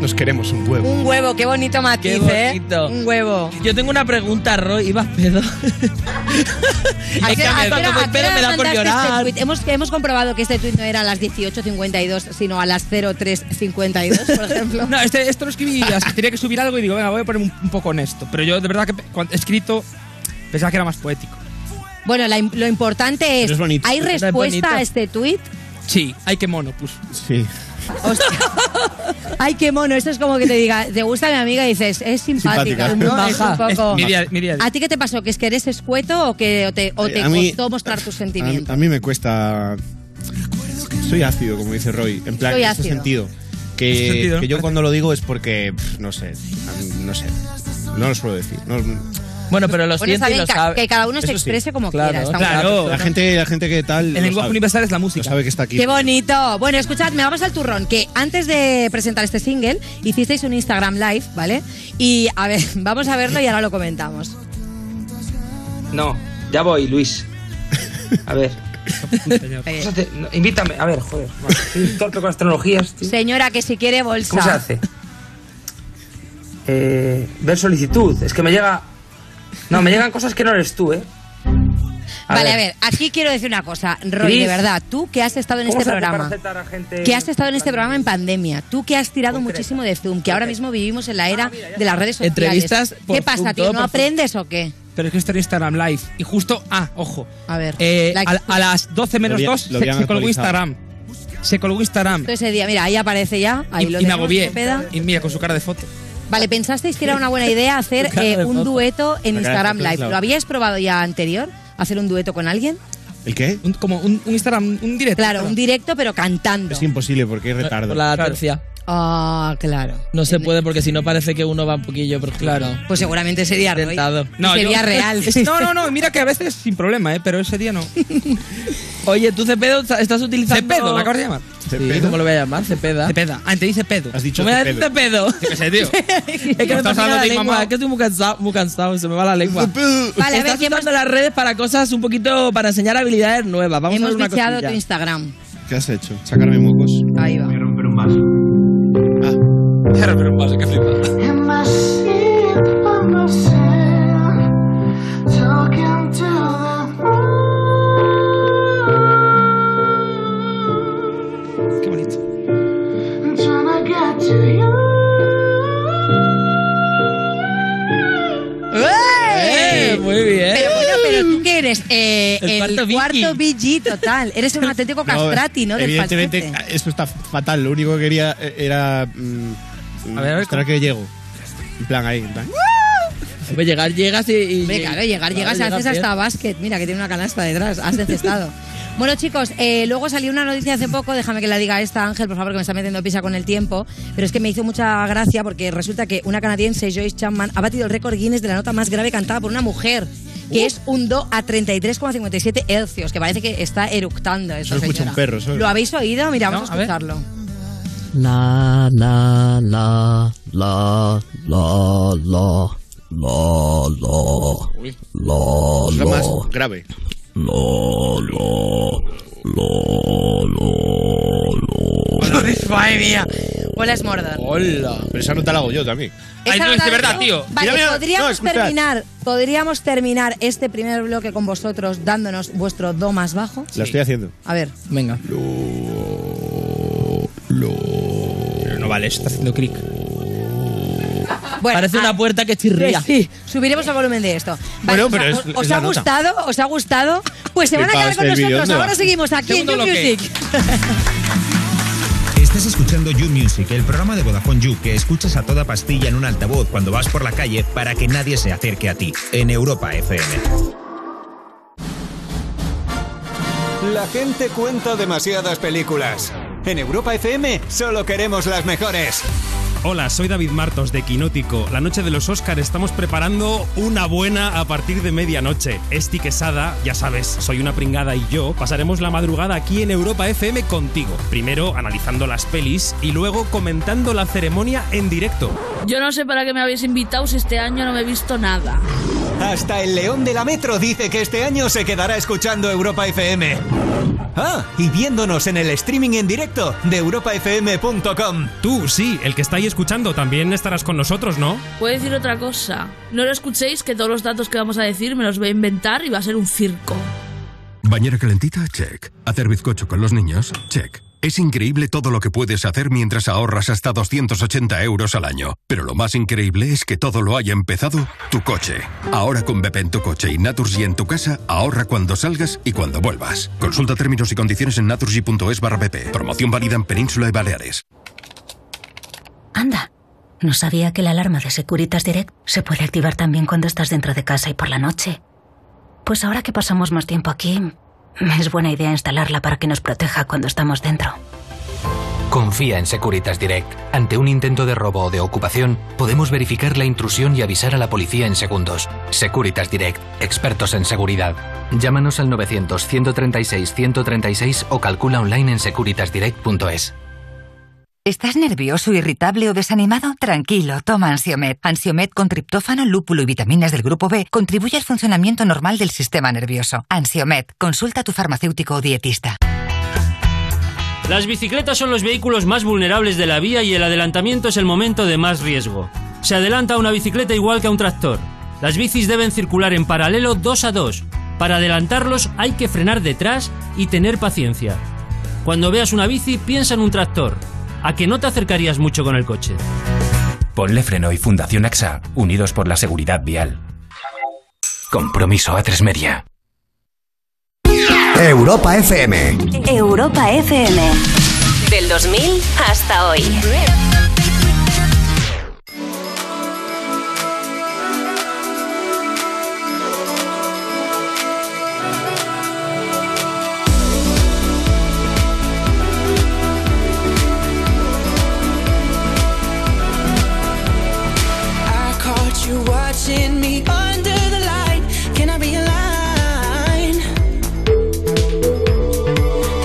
[SPEAKER 15] Nos queremos un huevo.
[SPEAKER 12] Un huevo, qué bonito matiz,
[SPEAKER 4] Qué bonito.
[SPEAKER 12] ¿eh? Un huevo.
[SPEAKER 4] Yo tengo una pregunta, Roy. ¿Ibas pedo? que a mí
[SPEAKER 3] ¿A qué- a qué
[SPEAKER 4] cuando
[SPEAKER 3] hora-
[SPEAKER 4] voy
[SPEAKER 3] a Ah, qué
[SPEAKER 4] pedo
[SPEAKER 3] hora
[SPEAKER 4] me da por
[SPEAKER 3] mandaste
[SPEAKER 4] llorar.
[SPEAKER 3] este tuit? Hemos, hemos comprobado que este tuit no era a las 18.52, sino a las 03.52, por ejemplo.
[SPEAKER 13] No, este, esto lo escribí, así, tenía que subir algo y digo, venga, voy a poner un, un poco honesto. Pero yo de verdad que pe- cuando he escrito pensaba que era más poético.
[SPEAKER 3] Bueno, la im- lo importante es,
[SPEAKER 13] Es bonito.
[SPEAKER 3] ¿hay
[SPEAKER 13] Es
[SPEAKER 3] respuesta
[SPEAKER 13] bonito.
[SPEAKER 3] a este tuit?
[SPEAKER 13] Sí, hay que mono, pues.
[SPEAKER 15] Sí.
[SPEAKER 3] Ay, qué mono, esto es como que te diga, ¿te gusta mi amiga? Y dices, es simpática,
[SPEAKER 15] Simpática.
[SPEAKER 3] ¿no? Es un
[SPEAKER 15] Baja.
[SPEAKER 3] poco...
[SPEAKER 15] Es mi día- mi día-
[SPEAKER 3] ¿A ti qué te pasó? ¿Que es que eres escueto o, que, o te, o te
[SPEAKER 15] A mí-
[SPEAKER 3] costó mostrar tus sentimientos?
[SPEAKER 15] A, a mí me cuesta. Soy ácido, como dice Roy. En plan,
[SPEAKER 3] Soy
[SPEAKER 15] en ese
[SPEAKER 3] ácido.
[SPEAKER 15] sentido.
[SPEAKER 13] ¿En
[SPEAKER 15] Que,
[SPEAKER 13] ese sentido?
[SPEAKER 15] que yo cuando lo digo es porque. pf, no sé. a mí- No sé. No lo suelo decir.
[SPEAKER 4] bueno, pero los
[SPEAKER 3] Bueno, está bien, ca- que cada uno se exprese como quiera. estamos de acuerdo.
[SPEAKER 15] La gente, la gente que tal. El lenguaje
[SPEAKER 13] universal es la música.
[SPEAKER 15] sabe que está aquí.
[SPEAKER 3] Qué bonito. Bueno, escuchadme, vamos al turrón, que antes de presentar este single hicisteis un Instagram Live, ¿vale? Y a ver, vamos a verlo y ahora lo comentamos.
[SPEAKER 16] No, ya voy, Luis. A ver. Vamos a hacer- no, invítame, a ver, joder. madre, Soy un torpe con las tecnologías. tío.
[SPEAKER 3] Señora, que si quiere bolsa.
[SPEAKER 16] ¿Cómo se hace? Eh, ver solicitud. Es que me llega. No, me llegan cosas que no eres tú, ¿eh? A
[SPEAKER 3] vale,
[SPEAKER 16] ver.
[SPEAKER 3] a ver, aquí quiero decir una cosa, Roy,
[SPEAKER 16] Cris,
[SPEAKER 3] de verdad, tú que has estado en
[SPEAKER 16] ¿Cómo
[SPEAKER 3] este
[SPEAKER 16] se hace para
[SPEAKER 3] programa,
[SPEAKER 16] aceptar a gente?
[SPEAKER 3] que has estado en este programa en pandemia, tú que has tirado muchísimo de Zoom, que ahora mismo vivimos en la
[SPEAKER 16] Ah,
[SPEAKER 3] era de las redes sociales.
[SPEAKER 13] Entrevistas por
[SPEAKER 3] ¿Qué pasa,
[SPEAKER 13] Zoom,
[SPEAKER 3] tío?
[SPEAKER 13] todo
[SPEAKER 3] ¿No
[SPEAKER 13] por Zoom.
[SPEAKER 3] aprendes o qué?
[SPEAKER 13] Pero es que esto era Instagram Live. Y justo, ah, ojo.
[SPEAKER 3] A ver.
[SPEAKER 13] Eh,
[SPEAKER 3] la-
[SPEAKER 13] a, a las 12 menos
[SPEAKER 15] Lo habían-
[SPEAKER 13] 2
[SPEAKER 15] lo
[SPEAKER 13] se,
[SPEAKER 15] habían
[SPEAKER 13] se colgó
[SPEAKER 15] actualizado.
[SPEAKER 13] Instagram. Se colgó Instagram.
[SPEAKER 3] Todo ese día, mira, ahí aparece ya, ahí
[SPEAKER 13] Y,
[SPEAKER 3] lo
[SPEAKER 13] y me
[SPEAKER 3] tenemos,
[SPEAKER 13] agobié.
[SPEAKER 3] Cepeda.
[SPEAKER 13] Y mira, con su cara de foto.
[SPEAKER 3] Vale, ¿pensasteis que era una buena idea hacer
[SPEAKER 13] Cara de
[SPEAKER 3] eh, un
[SPEAKER 13] foto. La
[SPEAKER 3] dueto en
[SPEAKER 13] cara de
[SPEAKER 3] Instagram
[SPEAKER 13] foto es
[SPEAKER 3] Live?
[SPEAKER 13] la-
[SPEAKER 3] ¿Lo habíais probado ya anterior? ¿Hacer un dueto con alguien?
[SPEAKER 15] ¿El qué?
[SPEAKER 13] Un- como un, un Instagram, un directo.
[SPEAKER 3] Claro, un directo pero cantando.
[SPEAKER 15] Es imposible porque hay retardo.
[SPEAKER 4] Por la latencia.
[SPEAKER 3] Ah, claro.
[SPEAKER 4] No se puede porque si no parece que uno va un poquillo por Claro.
[SPEAKER 3] Pues seguramente sería Roy.
[SPEAKER 13] No,
[SPEAKER 3] sería
[SPEAKER 13] yo-
[SPEAKER 3] real.
[SPEAKER 13] No, no, no, mira que a veces sin problema, ¿eh? pero ese día no.
[SPEAKER 4] Oye, tú Cepedo ta- estás utilizando.
[SPEAKER 13] Cepedo, me acabas de llamar.
[SPEAKER 4] Sí, ¿Cómo lo voy a llamar? Cepeda.
[SPEAKER 13] Cepeda. Ah, te dice pedo. Has
[SPEAKER 4] ¿Cómo me dice Cepedo?
[SPEAKER 13] Yo qué sé, tío.
[SPEAKER 4] es que me
[SPEAKER 13] Estás
[SPEAKER 4] pasa
[SPEAKER 13] hablando
[SPEAKER 4] la
[SPEAKER 13] de mi
[SPEAKER 4] lengua,
[SPEAKER 13] mamá.
[SPEAKER 4] es que estoy muy cansado, muy cansado, se me va la lengua.
[SPEAKER 3] Vale, a ver,
[SPEAKER 4] Estás
[SPEAKER 3] ¿quién
[SPEAKER 4] usando las redes para cosas un poquito, para enseñar habilidades nuevas. Vamos a
[SPEAKER 3] Hemos
[SPEAKER 4] ver una
[SPEAKER 3] viciado
[SPEAKER 4] cosilla.
[SPEAKER 3] tu Instagram.
[SPEAKER 15] ¿Qué has hecho? Sacarme mocos.
[SPEAKER 3] Ahí va.
[SPEAKER 15] Voy a romper un vaso. Ah. Voy a romper un vaso, qué flipa.
[SPEAKER 13] Qué bonito.
[SPEAKER 4] ¡Eh! Muy bien.
[SPEAKER 3] Pero bueno, pero tú qué eres Eh,
[SPEAKER 15] El
[SPEAKER 3] el,
[SPEAKER 15] cuarto Vicky.
[SPEAKER 3] cuarto BG total. Eres un auténtico castrati, ¿no? Del
[SPEAKER 15] Evidentemente,
[SPEAKER 3] falsete.
[SPEAKER 15] eso está fatal. Lo único que quería eh, era.
[SPEAKER 13] A
[SPEAKER 15] mm,
[SPEAKER 13] ver, a ver,
[SPEAKER 15] mostrar
[SPEAKER 13] ¿cómo?
[SPEAKER 15] que llego. En plan, ahí, en plan.
[SPEAKER 4] Hombre, llegar, llegas y. y-
[SPEAKER 3] Hombre, claro, llegar, llegas,
[SPEAKER 4] Claro,
[SPEAKER 3] haces
[SPEAKER 4] llegas
[SPEAKER 3] hasta básquet. Mira, que tiene una canasta detrás, has encestado. Bueno, chicos, eh, luego salió una noticia hace poco, déjame que la diga esta, Ángel, por favor, que me está metiendo pisa con el tiempo, pero es que me hizo mucha gracia porque resulta que una canadiense, Joyce Chapman, ha batido el récord Guinness de la nota más grave cantada por una mujer,
[SPEAKER 15] Uh.
[SPEAKER 3] que es un do a 33,57 hercios, que parece que está eructando esta
[SPEAKER 15] Eso lo escucha
[SPEAKER 3] señora.
[SPEAKER 15] un perro, ¿sabes?
[SPEAKER 3] ¿Lo habéis oído? Mira, vamos
[SPEAKER 15] No,
[SPEAKER 3] a
[SPEAKER 15] a ver.
[SPEAKER 3] escucharlo.
[SPEAKER 17] La la la la la la la la
[SPEAKER 15] Uy.
[SPEAKER 17] la
[SPEAKER 15] Es la más
[SPEAKER 17] la.
[SPEAKER 15] grave.
[SPEAKER 17] La, la, la, la, la.
[SPEAKER 13] Madre mía.
[SPEAKER 3] Hola, es Mordor.
[SPEAKER 15] Hola. Pero esa nota la hago yo también.
[SPEAKER 3] Esa
[SPEAKER 13] no, es de
[SPEAKER 3] nota
[SPEAKER 13] verdad,
[SPEAKER 3] tú-
[SPEAKER 13] tío.
[SPEAKER 3] Vale,
[SPEAKER 13] Mira, mira, no,
[SPEAKER 3] podríamos,
[SPEAKER 13] escuchad.
[SPEAKER 3] terminar, podríamos terminar este primer bloque con vosotros dándonos vuestro do más bajo.
[SPEAKER 15] La estoy haciendo.
[SPEAKER 3] A ver.
[SPEAKER 4] Venga.
[SPEAKER 13] Pero no vale, está haciendo clic.
[SPEAKER 3] Bueno,
[SPEAKER 4] Parece una puerta que chirría.
[SPEAKER 3] que sí, subiremos el volumen de esto. Vale,
[SPEAKER 4] Bueno,
[SPEAKER 3] o sea,
[SPEAKER 4] pero es-
[SPEAKER 3] ¿os-
[SPEAKER 4] es
[SPEAKER 3] ¿Os
[SPEAKER 4] la
[SPEAKER 3] ha
[SPEAKER 4] nota.
[SPEAKER 3] gustado? ¿Os ha gustado? Pues se van a
[SPEAKER 7] Flipado,
[SPEAKER 3] quedar con
[SPEAKER 7] este vídeo,
[SPEAKER 3] nosotros.
[SPEAKER 7] ¿dónde va?
[SPEAKER 3] Ahora seguimos aquí
[SPEAKER 7] Segundo
[SPEAKER 3] en You
[SPEAKER 7] bloque.
[SPEAKER 3] Music.
[SPEAKER 7] Estás escuchando You Music, el programa de Vodafone You que escuchas a toda pastilla en un altavoz cuando vas por la calle para que nadie se acerque a ti. En Europa FM.
[SPEAKER 18] La gente cuenta demasiadas películas. En Europa FM solo queremos las mejores.
[SPEAKER 19] Hola, soy David Martos de Quinótico. La noche de los Oscars estamos preparando una buena a partir de medianoche. Esti Quesada, ya sabes, soy una pringada y yo pasaremos la madrugada aquí en Europa FM contigo. Primero analizando las pelis y luego comentando la ceremonia en directo.
[SPEAKER 20] Yo no sé para qué me habéis invitado si este año no me he visto nada.
[SPEAKER 18] Hasta el león de la Metro dice que este año se quedará escuchando Europa FM. Ah, y viéndonos en el streaming en directo de europafm.com.
[SPEAKER 19] Tú, sí, el que está ahí escuchando, también estarás con nosotros, ¿no?
[SPEAKER 20] Puedo decir otra cosa. No lo escuchéis, que todos los datos que vamos a decir me los voy a inventar y va a ser un circo.
[SPEAKER 21] Bañera calentita, check. Hacer bizcocho con los niños, check. Es increíble todo lo que puedes hacer mientras ahorras hasta 280 euros al año. Pero lo más increíble es que todo lo haya empezado tu coche. Ahora con BP en tu coche y Naturgy en tu casa, ahorra cuando salgas y cuando vuelvas. Consulta términos y condiciones en naturgy.es barra BP. Promoción válida en Península y Baleares.
[SPEAKER 22] Anda, no sabía que la alarma de Securitas Direct se puede activar también cuando estás dentro de casa y por la noche. Pues ahora que pasamos más tiempo aquí, es buena idea instalarla para que nos proteja cuando estamos dentro.
[SPEAKER 23] Confía en Securitas Direct. Ante un intento de robo o de ocupación, podemos verificar la intrusión y avisar a la policía en segundos. Securitas Direct, expertos en seguridad. Llámanos al 900-136-136 o calcula online en securitasdirect.es.
[SPEAKER 24] ¿Estás nervioso, irritable o desanimado? Tranquilo, toma Ansiomet. Ansiomet con triptófano, lúpulo y vitaminas del grupo B contribuye al funcionamiento normal del sistema nervioso. Ansiomed, consulta a tu farmacéutico o dietista.
[SPEAKER 25] Las bicicletas son los vehículos más vulnerables de la vía y el adelantamiento es el momento de más riesgo. Se adelanta a una bicicleta igual que a un tractor. Las bicis deben circular en paralelo dos a dos. Para adelantarlos hay que frenar detrás y tener paciencia. Cuando veas una bici, piensa en un tractor. ¿A que no te acercarías mucho con el coche?
[SPEAKER 26] Ponle Freno y Fundación AXA, unidos por la seguridad vial.
[SPEAKER 23] Compromiso a tres media.
[SPEAKER 27] Europa FM.
[SPEAKER 28] Europa FM. Del 2000 hasta hoy.
[SPEAKER 29] I caught you watching me under the light. Can I be a line?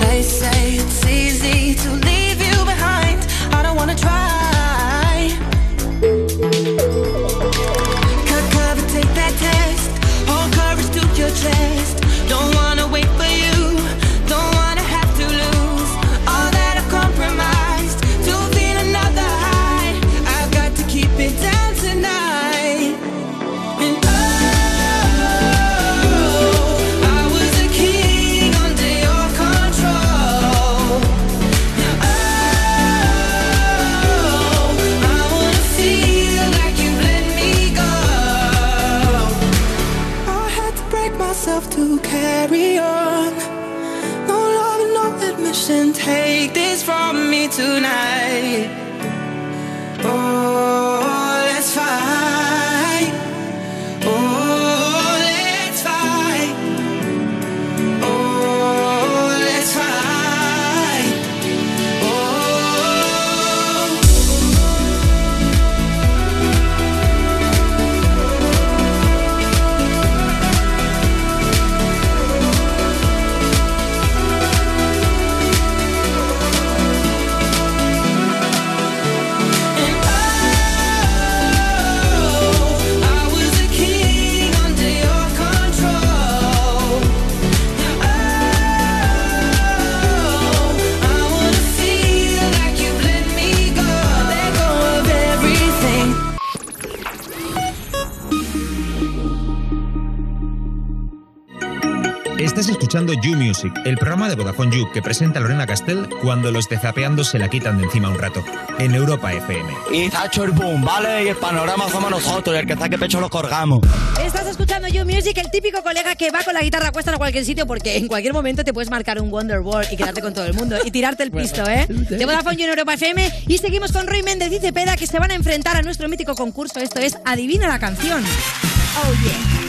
[SPEAKER 29] They say it's easy to leave you behind. I don't wanna try. Cut cover, take that test. Hold courage to your chest. Don't wanna wait for you. Don't wanna have to lose all that I've compromised to feel another high. I've got to keep it down tonight. And oh, I was a king under your control. oh, I wanna feel like you let me go. I had to break myself to carry on. No love and no admission. Take this from me tonight. Oh, let's fight. Oh, let's fight. Oh, let's fight. Oh. I was a king under your control. Oh, I wanna feel like you let me go. Let go of everything.
[SPEAKER 7] Estás escuchando You Music, el programa de Vodafone You que presenta Lorena Castell cuando los de Zapeando se la quitan de encima un rato. En Europa FM.
[SPEAKER 30] Y se ha hecho el boom, ¿vale? Y el panorama somos nosotros, y el que saque pecho lo colgamos.
[SPEAKER 3] Estás escuchando You Music, el típico colega que va con la guitarra puesta en cualquier sitio porque en cualquier momento te puedes marcar un Wonderwall y quedarte con todo el mundo y tirarte el pisto, ¿eh? De Vodafone You en Europa FM y seguimos con Roy Méndez y Cepeda que se van a enfrentar a nuestro mítico concurso. Esto es Adivina la canción. Oh yeah.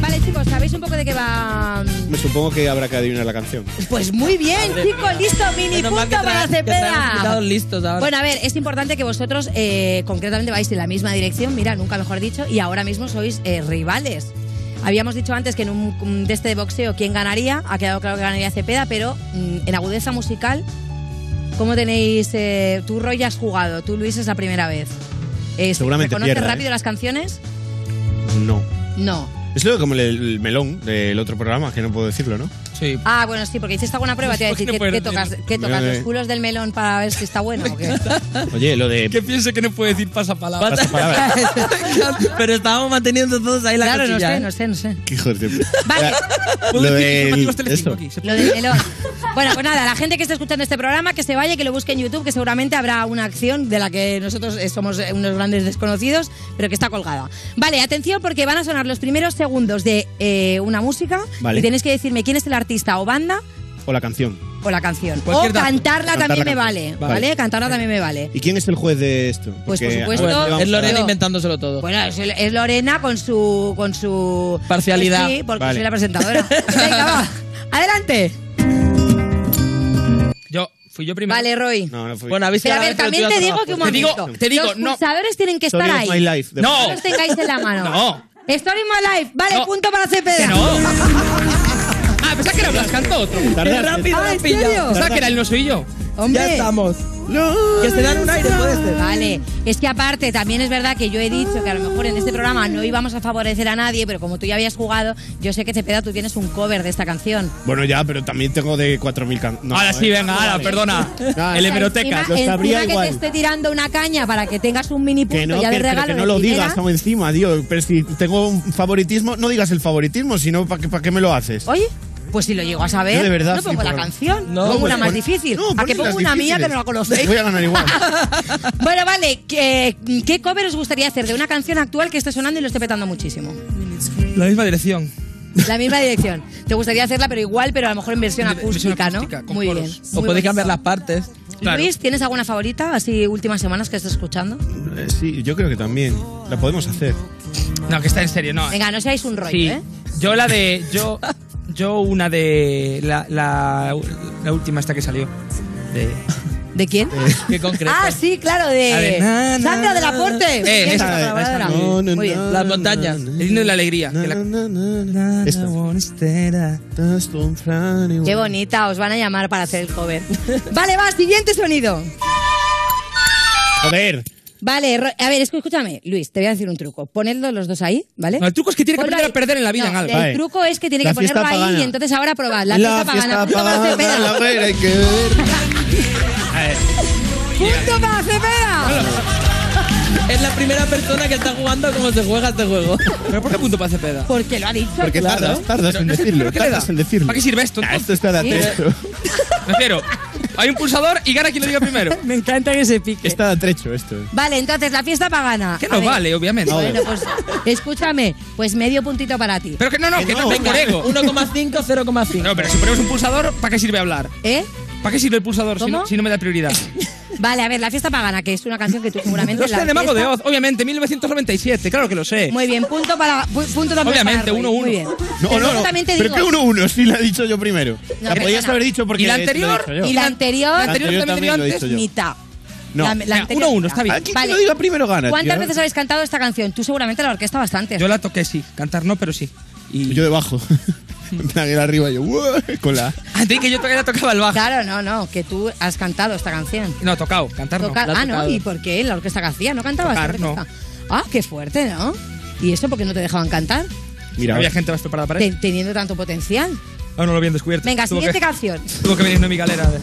[SPEAKER 3] Vale, chicos, ¿sabéis un poco de qué va?
[SPEAKER 15] Me supongo que habrá que adivinar la canción.
[SPEAKER 3] Pues muy bien,
[SPEAKER 4] Madre
[SPEAKER 3] chicos,
[SPEAKER 4] mía.
[SPEAKER 3] listo, mini
[SPEAKER 4] Menos mal
[SPEAKER 3] punto
[SPEAKER 4] que
[SPEAKER 3] para
[SPEAKER 4] traemos- que traemos
[SPEAKER 3] Cepeda.
[SPEAKER 4] invitados listos ahora.
[SPEAKER 3] Bueno, a ver, es importante que vosotros eh, concretamente vais en la misma dirección, mira, nunca mejor dicho, y ahora mismo sois eh, rivales. Habíamos dicho antes que en un, un de este de boxeo quién ganaría, ha quedado claro que ganaría Cepeda, pero mm, en agudeza musical, ¿cómo tenéis? eh, tú, Roy, ya has jugado, tú, Luis, es la primera vez. Eh,
[SPEAKER 15] Seguramente
[SPEAKER 3] ¿Reconoces
[SPEAKER 15] pierda,
[SPEAKER 3] rápido
[SPEAKER 15] ¿eh?
[SPEAKER 3] las canciones?
[SPEAKER 15] No.
[SPEAKER 3] No.
[SPEAKER 15] Es lo de como el, el melón del otro programa, que no puedo decirlo, ¿no?
[SPEAKER 13] Sí.
[SPEAKER 3] Ah, bueno, sí, porque hiciste alguna prueba. Te iba a decir,
[SPEAKER 15] No
[SPEAKER 3] ¿qué,
[SPEAKER 15] puedo
[SPEAKER 3] qué tocas,
[SPEAKER 15] decir.
[SPEAKER 3] qué tocas?
[SPEAKER 15] Mira,
[SPEAKER 3] ¿Los
[SPEAKER 15] eh.
[SPEAKER 3] culos del melón para ver si está bueno o qué?
[SPEAKER 15] Oye, lo de.
[SPEAKER 4] Que piense que no puede decir pasapalabra.
[SPEAKER 15] Pasapalabra.
[SPEAKER 4] Pero estábamos manteniendo todos ahí la
[SPEAKER 3] Claro, no
[SPEAKER 4] cochilla,
[SPEAKER 3] sé,
[SPEAKER 4] ¿eh?
[SPEAKER 3] no sé, no sé.
[SPEAKER 15] ¿Qué hijos de.
[SPEAKER 3] Vale.
[SPEAKER 15] Lo del. eso.
[SPEAKER 3] Lo del melón. Bueno, pues nada, la gente que esté escuchando este programa, que se vaya, que lo busque en YouTube, que seguramente habrá una acción de la que nosotros eh, somos eh, unos grandes desconocidos, pero que está colgada. Vale, atención porque van a sonar los primeros segundos de eh, una música
[SPEAKER 15] Vale.
[SPEAKER 3] y tenéis que decirme quién es el artista o banda
[SPEAKER 15] O la canción.
[SPEAKER 3] o la canción. O
[SPEAKER 15] Cualquier
[SPEAKER 3] cantarla,
[SPEAKER 15] dato. Cantar la
[SPEAKER 3] también me vale,
[SPEAKER 15] canción.
[SPEAKER 3] ¿vale?
[SPEAKER 15] Vale.
[SPEAKER 3] Cantarla también me vale.
[SPEAKER 15] ¿Y quién es el juez de esto?
[SPEAKER 3] Pues, por supuesto,
[SPEAKER 4] es Lorena
[SPEAKER 3] yo.
[SPEAKER 4] inventándoselo todo.
[SPEAKER 3] Bueno, es, es Lorena con su con su
[SPEAKER 4] Parcialidad.
[SPEAKER 3] Sí, porque
[SPEAKER 4] Vale.
[SPEAKER 3] soy la presentadora. Venga, va. Adelante.
[SPEAKER 13] Yo, fui yo primero.
[SPEAKER 3] Vale, Roy.
[SPEAKER 15] No, no fui.
[SPEAKER 13] Bueno, habéis
[SPEAKER 3] Pero a ver, también te digo que un
[SPEAKER 13] Te digo,
[SPEAKER 3] momento.
[SPEAKER 13] te digo,
[SPEAKER 3] los
[SPEAKER 13] no.
[SPEAKER 3] pulsadores tienen que estar
[SPEAKER 13] Story of
[SPEAKER 3] ahí.
[SPEAKER 13] my life, de-
[SPEAKER 3] No los tengáis en la mano.
[SPEAKER 13] No.
[SPEAKER 3] Story of my life. Vale, punto para Cepeda.
[SPEAKER 13] Ah, pensaba que era Blas Canto otro.
[SPEAKER 4] Tardaste. Rápido,
[SPEAKER 3] Ah, ¿en
[SPEAKER 4] rápido.
[SPEAKER 3] serio?
[SPEAKER 13] Pensaba que era el no soy yo.
[SPEAKER 3] Hombre.
[SPEAKER 4] Ya estamos.
[SPEAKER 3] No,
[SPEAKER 4] Que se dan un aire, puede ser.
[SPEAKER 3] Vale, es que aparte también es verdad que yo he dicho que a lo mejor en este programa no íbamos a favorecer a nadie, pero como tú ya habías jugado, yo sé que Cepeda tú tienes un cover de esta canción.
[SPEAKER 15] Bueno, ya, pero también tengo de 4.000 canciones.
[SPEAKER 13] Ahora sí, venga, ahora, perdona.
[SPEAKER 15] eh,
[SPEAKER 13] El
[SPEAKER 3] O sea,
[SPEAKER 13] hemeroteca.
[SPEAKER 3] encima- encima que te esté tirando una caña para que tengas un mini punto
[SPEAKER 15] Que no,
[SPEAKER 3] ya de
[SPEAKER 15] que, pero
[SPEAKER 3] regalo.
[SPEAKER 15] que
[SPEAKER 3] en
[SPEAKER 15] no
[SPEAKER 3] el
[SPEAKER 15] lo
[SPEAKER 3] Videla.
[SPEAKER 15] digas aún encima, tío. Pero si tengo un favoritismo, no digas el favoritismo, sino ¿para qué, pa' qué me lo haces?
[SPEAKER 3] Oye, pues si lo llego a saber,
[SPEAKER 15] Yo de verdad
[SPEAKER 3] no pongo
[SPEAKER 15] flipo.
[SPEAKER 3] la canción,
[SPEAKER 15] No,
[SPEAKER 3] pongo
[SPEAKER 15] pues
[SPEAKER 3] una más
[SPEAKER 15] pon-
[SPEAKER 3] difícil.
[SPEAKER 15] no,
[SPEAKER 3] a
[SPEAKER 15] pon
[SPEAKER 3] que pongo
[SPEAKER 15] las
[SPEAKER 3] una mía que
[SPEAKER 15] difíciles.
[SPEAKER 3] no la conocéis.
[SPEAKER 15] Voy a ganar igual.
[SPEAKER 3] bueno, vale, ¿qué, ¿qué cover os gustaría hacer de una canción actual que esté sonando y lo esté petando muchísimo?
[SPEAKER 4] La misma dirección.
[SPEAKER 3] La misma dirección. Te gustaría hacerla, pero igual, pero a lo mejor en versión acústica, ¿no? Muy bien.
[SPEAKER 4] O
[SPEAKER 3] Muy
[SPEAKER 4] podéis
[SPEAKER 3] bonito.
[SPEAKER 4] cambiar las partes.
[SPEAKER 3] Luis, ¿tienes alguna favorita así últimas semanas que estés escuchando?
[SPEAKER 15] Eh, sí, yo creo que también. La podemos hacer.
[SPEAKER 13] No, que está en serio, no.
[SPEAKER 3] Venga, no seáis un rollo,
[SPEAKER 13] Sí.
[SPEAKER 3] ¿eh?
[SPEAKER 13] Yo la de. Yo. Yo una de. La, la, la última esta que salió. De.
[SPEAKER 3] ¿De quién?
[SPEAKER 13] Qué concreto.
[SPEAKER 3] Ah, sí, claro,
[SPEAKER 13] A
[SPEAKER 3] de
[SPEAKER 13] ver, na, na,
[SPEAKER 3] Sandra de la Porte. Muy bien,
[SPEAKER 13] Eh, esa,
[SPEAKER 3] nuestra
[SPEAKER 13] esa,
[SPEAKER 3] colaboradora.
[SPEAKER 13] no, no,
[SPEAKER 3] Muy bien.
[SPEAKER 13] no, Las montañas. El himno de la alegría. que la-
[SPEAKER 3] Qué bonita, os van a llamar para hacer el cover. vale, va, siguiente sonido.
[SPEAKER 15] Joder.
[SPEAKER 3] Vale, Ro- a ver, escu- escúchame, Luis, te voy a decir un truco. Ponedlo los dos ahí, ¿vale?
[SPEAKER 13] No, el truco es que tiene que
[SPEAKER 3] Ponlo
[SPEAKER 13] aprender
[SPEAKER 3] ahí.
[SPEAKER 13] a perder en la vida en
[SPEAKER 3] No,
[SPEAKER 13] algo.
[SPEAKER 3] El
[SPEAKER 13] Vale.
[SPEAKER 3] truco es que tiene
[SPEAKER 13] La
[SPEAKER 3] que ponerlo
[SPEAKER 13] fiesta
[SPEAKER 3] ahí
[SPEAKER 13] pagana.
[SPEAKER 3] y entonces ahora probad. La, fiesta pagana. punto para Cepeda.
[SPEAKER 15] hay que ver. A ver.
[SPEAKER 3] ¡Punto para Cepeda!
[SPEAKER 4] Es la primera persona que está jugando como se juega este juego.
[SPEAKER 13] ¿Pero por qué punto para Cepeda?
[SPEAKER 3] Porque lo ha dicho.
[SPEAKER 15] Porque tardas, tardas en decirlo. Tardas en decirlo.
[SPEAKER 13] ¿Para qué sirve esto?
[SPEAKER 15] Ah, esto está de
[SPEAKER 13] Sí.
[SPEAKER 15] atrecho.
[SPEAKER 13] Me refiero. Hay un pulsador y gana quien lo diga primero.
[SPEAKER 3] Me encanta que se pique.
[SPEAKER 15] Está de atrecho esto.
[SPEAKER 3] Vale, entonces la fiesta pagana.
[SPEAKER 13] Que
[SPEAKER 3] A
[SPEAKER 13] no
[SPEAKER 3] ver.
[SPEAKER 13] vale, obviamente.
[SPEAKER 3] Bueno, pues escúchame, pues medio puntito para ti.
[SPEAKER 13] Pero que no, no, que, no,
[SPEAKER 4] venga,
[SPEAKER 13] por ego.
[SPEAKER 4] 1,5, 0,5.
[SPEAKER 13] No, pero si ponemos un pulsador, ¿para qué sirve hablar?
[SPEAKER 3] ¿Eh?
[SPEAKER 13] ¿Para qué sirve el pulsador si
[SPEAKER 3] ¿Cómo?
[SPEAKER 13] no, si no me da prioridad?
[SPEAKER 3] Vale, a ver, la fiesta pagana, que es una canción que tú seguramente
[SPEAKER 13] Lo
[SPEAKER 3] la
[SPEAKER 13] sé de Mago de
[SPEAKER 3] fiesta-
[SPEAKER 13] Oz, obviamente, 1997, claro que lo sé.
[SPEAKER 3] Muy bien, punto para pu- punto también
[SPEAKER 13] Obviamente,
[SPEAKER 3] para Roy.
[SPEAKER 13] 1-1.
[SPEAKER 3] Muy bien.
[SPEAKER 15] No,
[SPEAKER 3] Pero
[SPEAKER 15] no,
[SPEAKER 3] luego
[SPEAKER 15] no.
[SPEAKER 3] también te
[SPEAKER 15] Pero
[SPEAKER 3] digo-
[SPEAKER 15] que uno uno, sí la he dicho yo primero. La
[SPEAKER 3] pero
[SPEAKER 15] podías
[SPEAKER 3] no.
[SPEAKER 15] haber dicho porque
[SPEAKER 3] ¿Y la
[SPEAKER 15] te- te lo he
[SPEAKER 3] anterior?
[SPEAKER 15] dicho yo.
[SPEAKER 3] Y la anterior,
[SPEAKER 15] La anterior La anterior también lo he dicho yo.
[SPEAKER 3] mitad.
[SPEAKER 15] No. eh,
[SPEAKER 3] La- la
[SPEAKER 15] Mira,
[SPEAKER 3] anterior
[SPEAKER 15] uno, uno,
[SPEAKER 3] mitad.
[SPEAKER 15] está bien. Aquí quien lo diga primero gana,
[SPEAKER 3] ¿Cuántas
[SPEAKER 15] tío.
[SPEAKER 3] veces habéis cantado esta canción? Tú seguramente la orquesta bastante.
[SPEAKER 13] Yo la toqué, sí. Cantar no, pero sí. Y...
[SPEAKER 15] Yo debajo. Daniel arriba y yo. "Uah", Con la.
[SPEAKER 13] Antes que yo todavía tocaba el bajo.
[SPEAKER 3] Claro, no, no, que tú has cantado esta canción.
[SPEAKER 13] No, tocado, cantar no.
[SPEAKER 3] Toca-
[SPEAKER 13] la he
[SPEAKER 3] Ah, no,
[SPEAKER 13] tocado.
[SPEAKER 3] ¿y por qué? La orquesta que hacía, ¿no cantabas?
[SPEAKER 13] Tocar,
[SPEAKER 3] La orquesta. Ah, qué fuerte, ¿no? ¿Y eso por qué no te dejaban cantar?
[SPEAKER 15] Mira,
[SPEAKER 13] había gente más preparada para
[SPEAKER 3] Te-
[SPEAKER 13] eso.
[SPEAKER 3] Teniendo tanto potencial.
[SPEAKER 13] Aún Ah, no lo habían descubierto.
[SPEAKER 3] Venga,
[SPEAKER 13] Tuvo
[SPEAKER 3] siguiente
[SPEAKER 13] que-
[SPEAKER 3] canción.
[SPEAKER 13] Tuvo que venir una mi galera. de-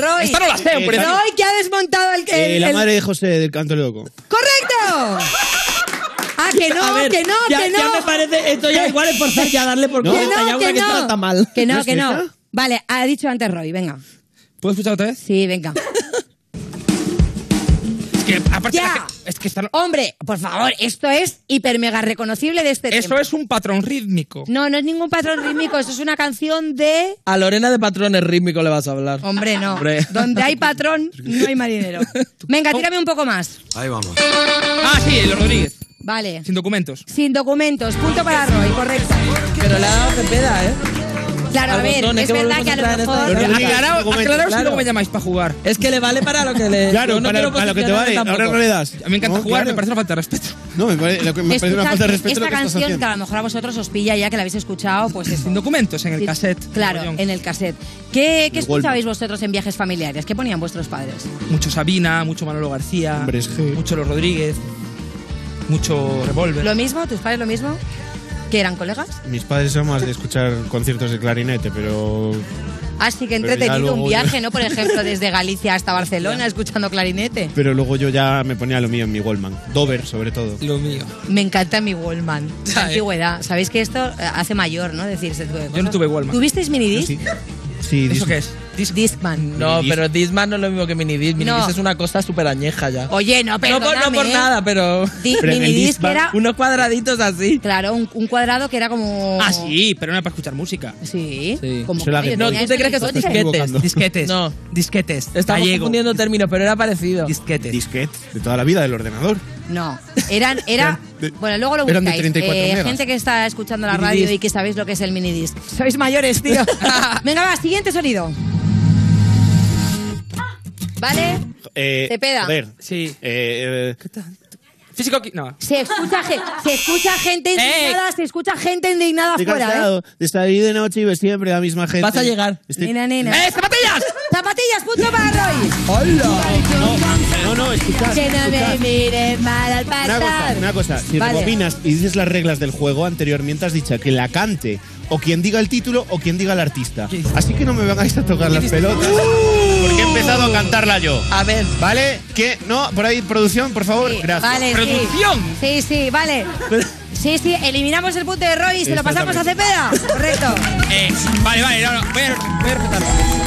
[SPEAKER 3] Roy.
[SPEAKER 13] Esta no la sé, hombre.
[SPEAKER 3] Roy, que ha desmontado el. el-
[SPEAKER 15] Eh, la
[SPEAKER 3] el-
[SPEAKER 15] madre de José del canto loco.
[SPEAKER 3] ¡Correcto! ¡Ah, que no,
[SPEAKER 4] A ver,
[SPEAKER 3] que no,
[SPEAKER 4] ya-
[SPEAKER 3] que no!
[SPEAKER 4] ya me parece- esto ya igual es forzar ya a darle por
[SPEAKER 3] Que
[SPEAKER 4] cuenta, ya una que
[SPEAKER 3] no.
[SPEAKER 4] trata mal.
[SPEAKER 3] Que
[SPEAKER 4] ¿No
[SPEAKER 3] no,
[SPEAKER 4] es
[SPEAKER 3] que no.
[SPEAKER 4] esa?
[SPEAKER 3] Vale, ha dicho antes Roy, venga.
[SPEAKER 13] ¿Puedo escuchar otra vez?
[SPEAKER 3] Sí, venga.
[SPEAKER 13] Es que, aparte, la
[SPEAKER 3] ¡Ya!
[SPEAKER 13] gente- es que esta no-
[SPEAKER 3] Hombre, por favor, esto es hiper mega reconocible de este
[SPEAKER 13] Eso
[SPEAKER 3] tema.
[SPEAKER 13] es un patrón rítmico.
[SPEAKER 3] No, no es ningún patrón rítmico, eso es una canción de...
[SPEAKER 4] A Lorena de patrones rítmicos le vas a hablar.
[SPEAKER 15] Oh.
[SPEAKER 3] Hombre, no.
[SPEAKER 4] Hombre.
[SPEAKER 3] Donde hay patrón, no hay marinero. Venga, tírame un poco más.
[SPEAKER 13] Ahí vamos. Ah, sí, los Rodríguez.
[SPEAKER 3] Vale.
[SPEAKER 13] Sin documentos.
[SPEAKER 3] Sin documentos, punto para Roy, correcto.
[SPEAKER 4] Pero le ha dado pepeda, ¿eh?
[SPEAKER 3] Claro, a
[SPEAKER 4] Al
[SPEAKER 3] ver,
[SPEAKER 4] botón,
[SPEAKER 3] es
[SPEAKER 4] que
[SPEAKER 3] verdad
[SPEAKER 4] volvemos
[SPEAKER 3] que a
[SPEAKER 4] entrar
[SPEAKER 3] lo
[SPEAKER 4] en esta-
[SPEAKER 3] mejor...
[SPEAKER 4] Pero
[SPEAKER 13] Aclaraos,
[SPEAKER 4] documentos,
[SPEAKER 13] aclaraos si
[SPEAKER 4] claro.
[SPEAKER 13] luego me llamáis para jugar.
[SPEAKER 4] Es que le vale para lo que le.
[SPEAKER 15] Claro,
[SPEAKER 4] yo no
[SPEAKER 15] para-
[SPEAKER 4] quiero
[SPEAKER 15] para lo que te
[SPEAKER 4] posicionarme
[SPEAKER 15] vale.
[SPEAKER 4] tampoco.
[SPEAKER 15] Ahora no le das.
[SPEAKER 13] A mí me encanta
[SPEAKER 15] No,
[SPEAKER 13] jugar,
[SPEAKER 15] claro.
[SPEAKER 13] me parece una falta de respeto.
[SPEAKER 15] No, me parece, lo que- me parece una
[SPEAKER 3] Escuchad
[SPEAKER 15] falta de respeto
[SPEAKER 3] esta
[SPEAKER 15] lo que estás
[SPEAKER 3] canción que
[SPEAKER 15] haciendo.
[SPEAKER 3] a lo mejor a vosotros os pilla ya que la habéis escuchado, pues eso.
[SPEAKER 13] Sin documentos, en el
[SPEAKER 3] Sí,
[SPEAKER 13] cassette.
[SPEAKER 3] Claro,
[SPEAKER 13] Mogollón.
[SPEAKER 3] en el cassette. ¿Qué, qué
[SPEAKER 13] El Walkman.
[SPEAKER 3] escuchabais vosotros en viajes familiares? ¿Qué ponían vuestros padres?
[SPEAKER 13] Mucho Sabina, mucho Manolo García, mucho los Rodríguez. mucho revólver.
[SPEAKER 3] ¿Lo mismo? ¿Tus padres lo mismo? ¿Que eran colegas?
[SPEAKER 15] Mis padres son más de escuchar conciertos de clarinete, pero.
[SPEAKER 3] Así Ah, que
[SPEAKER 15] Pero ya
[SPEAKER 3] entretenido un
[SPEAKER 15] luego-
[SPEAKER 3] viaje, ¿no? Por ejemplo, desde Galicia hasta Barcelona escuchando clarinete.
[SPEAKER 15] Pero luego yo ya me ponía lo mío en mi Wallman. Dover, sobre todo.
[SPEAKER 13] Lo mío.
[SPEAKER 3] Me encanta mi Wallman. La antigüedad. Sabéis que esto eh, hace mayor, ¿no? Decir ese tipo de
[SPEAKER 13] Yo no
[SPEAKER 3] cosas.
[SPEAKER 13] tuve Wallman.
[SPEAKER 3] ¿Tuvisteis minidisc?
[SPEAKER 15] Sí,
[SPEAKER 13] ¿Eso qué es?
[SPEAKER 3] Discman.
[SPEAKER 4] No, pero Disman no es lo mismo que Minidisc. Minidisc
[SPEAKER 3] No.
[SPEAKER 4] es una cosa súper añeja ya.
[SPEAKER 3] Oye, no,
[SPEAKER 4] por- no,
[SPEAKER 3] perdóname,
[SPEAKER 4] por
[SPEAKER 3] ¿eh?
[SPEAKER 4] nada, pero.
[SPEAKER 3] Di- Pero en el minidisc Discman- era-
[SPEAKER 4] Unos cuadraditos así.
[SPEAKER 3] Claro, un, un cuadrado que era como...
[SPEAKER 13] Ah, sí, pero no era para escuchar música.
[SPEAKER 3] Sí.
[SPEAKER 4] Como- Oye, no, tú te crees que son disquetes. Disquetes. No, disquetes. Estamos
[SPEAKER 13] Gallego.
[SPEAKER 4] confundiendo términos, pero era parecido.
[SPEAKER 15] Disquetes. Disquetes. De toda la vida del ordenador.
[SPEAKER 3] No, eran, era, bueno, luego lo
[SPEAKER 15] eran de
[SPEAKER 3] buscáis.
[SPEAKER 15] 34
[SPEAKER 3] Eh,
[SPEAKER 15] megas.
[SPEAKER 3] gente que está escuchando la
[SPEAKER 15] Minidisc.
[SPEAKER 3] radio y que sabéis lo que es el minidisc. Sois mayores, tío. Venga, va, siguiente sonido. ¿Vale?
[SPEAKER 15] Eh,
[SPEAKER 3] Cepeda.
[SPEAKER 15] Joder. Sí. Eh, eh,
[SPEAKER 13] Físico. qui- No.
[SPEAKER 3] Se escucha, ge- se escucha gente indignada, se escucha gente indignada
[SPEAKER 15] Estoy
[SPEAKER 3] afuera, ¿eh?
[SPEAKER 15] cansado de estar ahí de noche y ver siempre la misma gente.
[SPEAKER 4] Vas a llegar.
[SPEAKER 15] Estoy-
[SPEAKER 3] Nena, nena. ¡Eh, zapatillas! ¡Zapatillas, punto para Roy!
[SPEAKER 15] No, no, escuchad.
[SPEAKER 3] Que no me
[SPEAKER 15] escuchad.
[SPEAKER 3] mires mal al
[SPEAKER 15] Una cosa,
[SPEAKER 3] pasar.
[SPEAKER 15] una cosa. Si
[SPEAKER 3] Vale.
[SPEAKER 15] rebobinas y dices las reglas del juego anteriormente has dicho que la cante o quien diga el título o quien diga el artista. Así que no me vengáis a tocar las pelotas. Porque he empezado ¡Uh! a cantarla yo.
[SPEAKER 4] A ver.
[SPEAKER 15] ¿Vale? ¿Qué? No, por ahí, producción, por favor. Gracias.
[SPEAKER 3] Vale, Sí. sí, sí, vale. Sí, sí, eliminamos el punto de Roy y se lo pasamos a Cepeda. Correcto.
[SPEAKER 13] Eh, vale, vale, no, no, voy a, voy a respetarlo.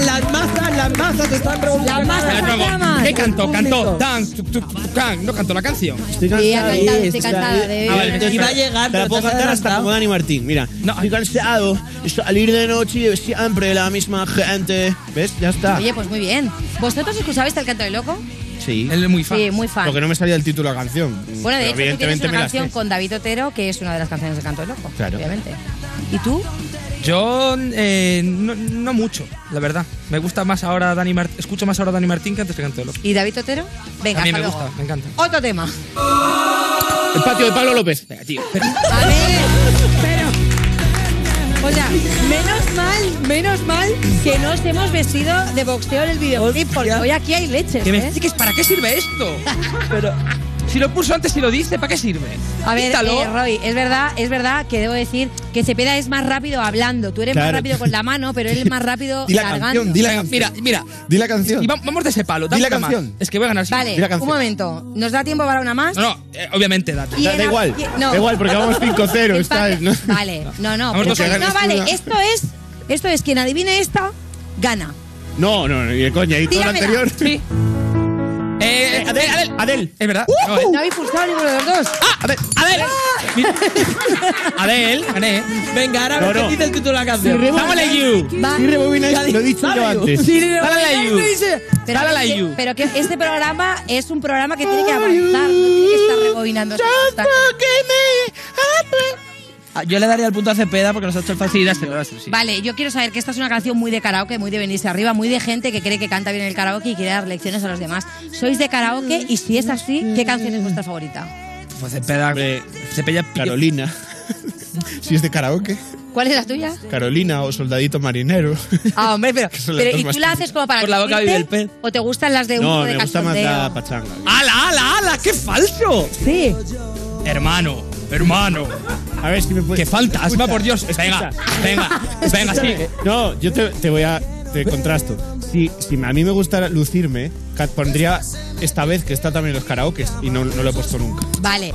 [SPEAKER 4] Las masas, las masas te están preguntando.
[SPEAKER 3] Las masas
[SPEAKER 13] Pero luego,
[SPEAKER 3] llaman.
[SPEAKER 13] ¿Qué cantó? Cantó. Dan, tu, tu, tu, can. No cantó la canción.
[SPEAKER 15] Estoy
[SPEAKER 3] Sí, ha cantado, estoy cansada de
[SPEAKER 15] Ah, vale,
[SPEAKER 3] ver.
[SPEAKER 15] espera. Te la puedo cantar hasta como Dani Martín. Mira, estoy cansado de salir de noche y ver siempre la misma gente. ¿Ves? Ya está.
[SPEAKER 3] Oye, pues muy bien. ¿Vosotros escuchabais el canto del loco?
[SPEAKER 15] Sí.
[SPEAKER 13] Él es muy
[SPEAKER 3] fan. Sí, muy fan.
[SPEAKER 15] Porque no me salía el título de la canción.
[SPEAKER 3] Bueno, de
[SPEAKER 15] Pero
[SPEAKER 3] hecho, tú tienes
[SPEAKER 15] evidentemente
[SPEAKER 3] una
[SPEAKER 15] me la
[SPEAKER 3] canción
[SPEAKER 15] sé.
[SPEAKER 3] con David Otero, que es una de las canciones del canto del loco.
[SPEAKER 15] Claro.
[SPEAKER 3] Obviamente. ¿Y tú?
[SPEAKER 13] Yo eh, no, no mucho, la verdad. Me gusta más ahora Dani Martín. Escucho más ahora Dani Martín que antes que cantó
[SPEAKER 3] ¿Y David Otero? Venga,
[SPEAKER 13] A mí
[SPEAKER 3] hasta
[SPEAKER 13] me
[SPEAKER 3] luego.
[SPEAKER 13] gusta, me encanta.
[SPEAKER 3] Otro tema.
[SPEAKER 15] El patio de Pablo López.
[SPEAKER 13] Venga, tío.
[SPEAKER 3] A ver, pero. O sea, menos mal, menos mal que nos hemos vestido de boxeo en el videoclip, porque hoy aquí hay leches,
[SPEAKER 13] Que me
[SPEAKER 3] ¿eh?
[SPEAKER 13] expliques para qué sirve esto. Pero si lo puso antes y lo dice, ¿para qué sirve?
[SPEAKER 3] A ver,
[SPEAKER 13] Quítalo.
[SPEAKER 3] eh, Roy, es verdad, es verdad que debo decir que Cepeda es más rápido hablando. Tú eres más
[SPEAKER 13] Claro.
[SPEAKER 3] rápido con la mano, pero él es más rápido largando.
[SPEAKER 13] Mira, mira.
[SPEAKER 15] Di la canción.
[SPEAKER 13] Y va- vamos de ese palo.
[SPEAKER 15] Di la
[SPEAKER 13] dame una
[SPEAKER 15] canción.
[SPEAKER 13] más. Es que voy a ganar. sí.
[SPEAKER 3] Vale, un momento. ¿Nos da tiempo para una más?
[SPEAKER 13] No, no, eh, obviamente, da.
[SPEAKER 3] Y en- y- no. Empate. Vale, no, no.
[SPEAKER 15] Vamos
[SPEAKER 3] pero-
[SPEAKER 15] dos a ganar.
[SPEAKER 3] no, vale, esto es, esto es quien adivine esta, gana.
[SPEAKER 15] No, no, no, ni de coña. ¿Y todo lo
[SPEAKER 3] Tíramela.
[SPEAKER 15] anterior? Sí.
[SPEAKER 13] Eh, Adel, Adel,
[SPEAKER 15] Adel.
[SPEAKER 13] Es verdad.
[SPEAKER 3] ¡Uh!
[SPEAKER 13] eh.
[SPEAKER 3] No, habéis pulsado ninguno de los dos. ¡Ah!
[SPEAKER 13] ¡Ah! Adel, Adel. Adel, gané. Venga, ahora
[SPEAKER 4] No, no.
[SPEAKER 13] dice el título de la canción.
[SPEAKER 4] Si
[SPEAKER 13] Dámale you.
[SPEAKER 3] Va.
[SPEAKER 15] Si rebobináis, lo he dicho yo antes.
[SPEAKER 13] Dale
[SPEAKER 3] Ay,
[SPEAKER 13] you.
[SPEAKER 3] me dice- Pero,
[SPEAKER 13] Dale
[SPEAKER 3] que-
[SPEAKER 13] you.
[SPEAKER 3] pero que este programa es un programa que tiene que avanzar, no tiene que estar rebobinando.
[SPEAKER 4] Ah, Yo le daría el punto a Cepeda porque nos ha hecho el fácil.
[SPEAKER 3] Vale, yo quiero saber que esta es una canción muy de karaoke, muy de venirse arriba, muy de gente que cree que canta bien el karaoke y quiere dar lecciones a los demás. ¿Sois de karaoke? Y si es así, ¿qué canción es vuestra favorita?
[SPEAKER 13] Pues Cepeda. Cepeda.
[SPEAKER 15] Carolina. si es de karaoke.
[SPEAKER 3] ¿Cuál es la tuya?
[SPEAKER 15] Carolina o Soldadito Marinero.
[SPEAKER 3] Ah, hombre, pero,
[SPEAKER 15] Que son las
[SPEAKER 3] pero
[SPEAKER 15] dos
[SPEAKER 3] ¿y
[SPEAKER 15] más
[SPEAKER 3] tú la haces como para
[SPEAKER 15] Por la boca
[SPEAKER 3] divertirte?
[SPEAKER 15] vive el pez.
[SPEAKER 3] ¿O te gustan las de un
[SPEAKER 15] No,
[SPEAKER 3] poco de
[SPEAKER 15] me gusta más la
[SPEAKER 3] cachondeo?
[SPEAKER 15] pachanga.
[SPEAKER 13] ¡Ala, ala, ala! ¡Qué falso!
[SPEAKER 3] Sí.
[SPEAKER 13] Hermano, hermano.
[SPEAKER 15] A ver si me puedes.
[SPEAKER 13] ¡Qué fantasma, por Dios! Venga, venga, venga, sí.
[SPEAKER 15] Escúchame. No, yo te, te voy a. Te contrasto. Si, si a mí me gustara lucirme, ca- pondría esta vez que está también en los karaokes y no, no lo he puesto nunca.
[SPEAKER 3] Vale.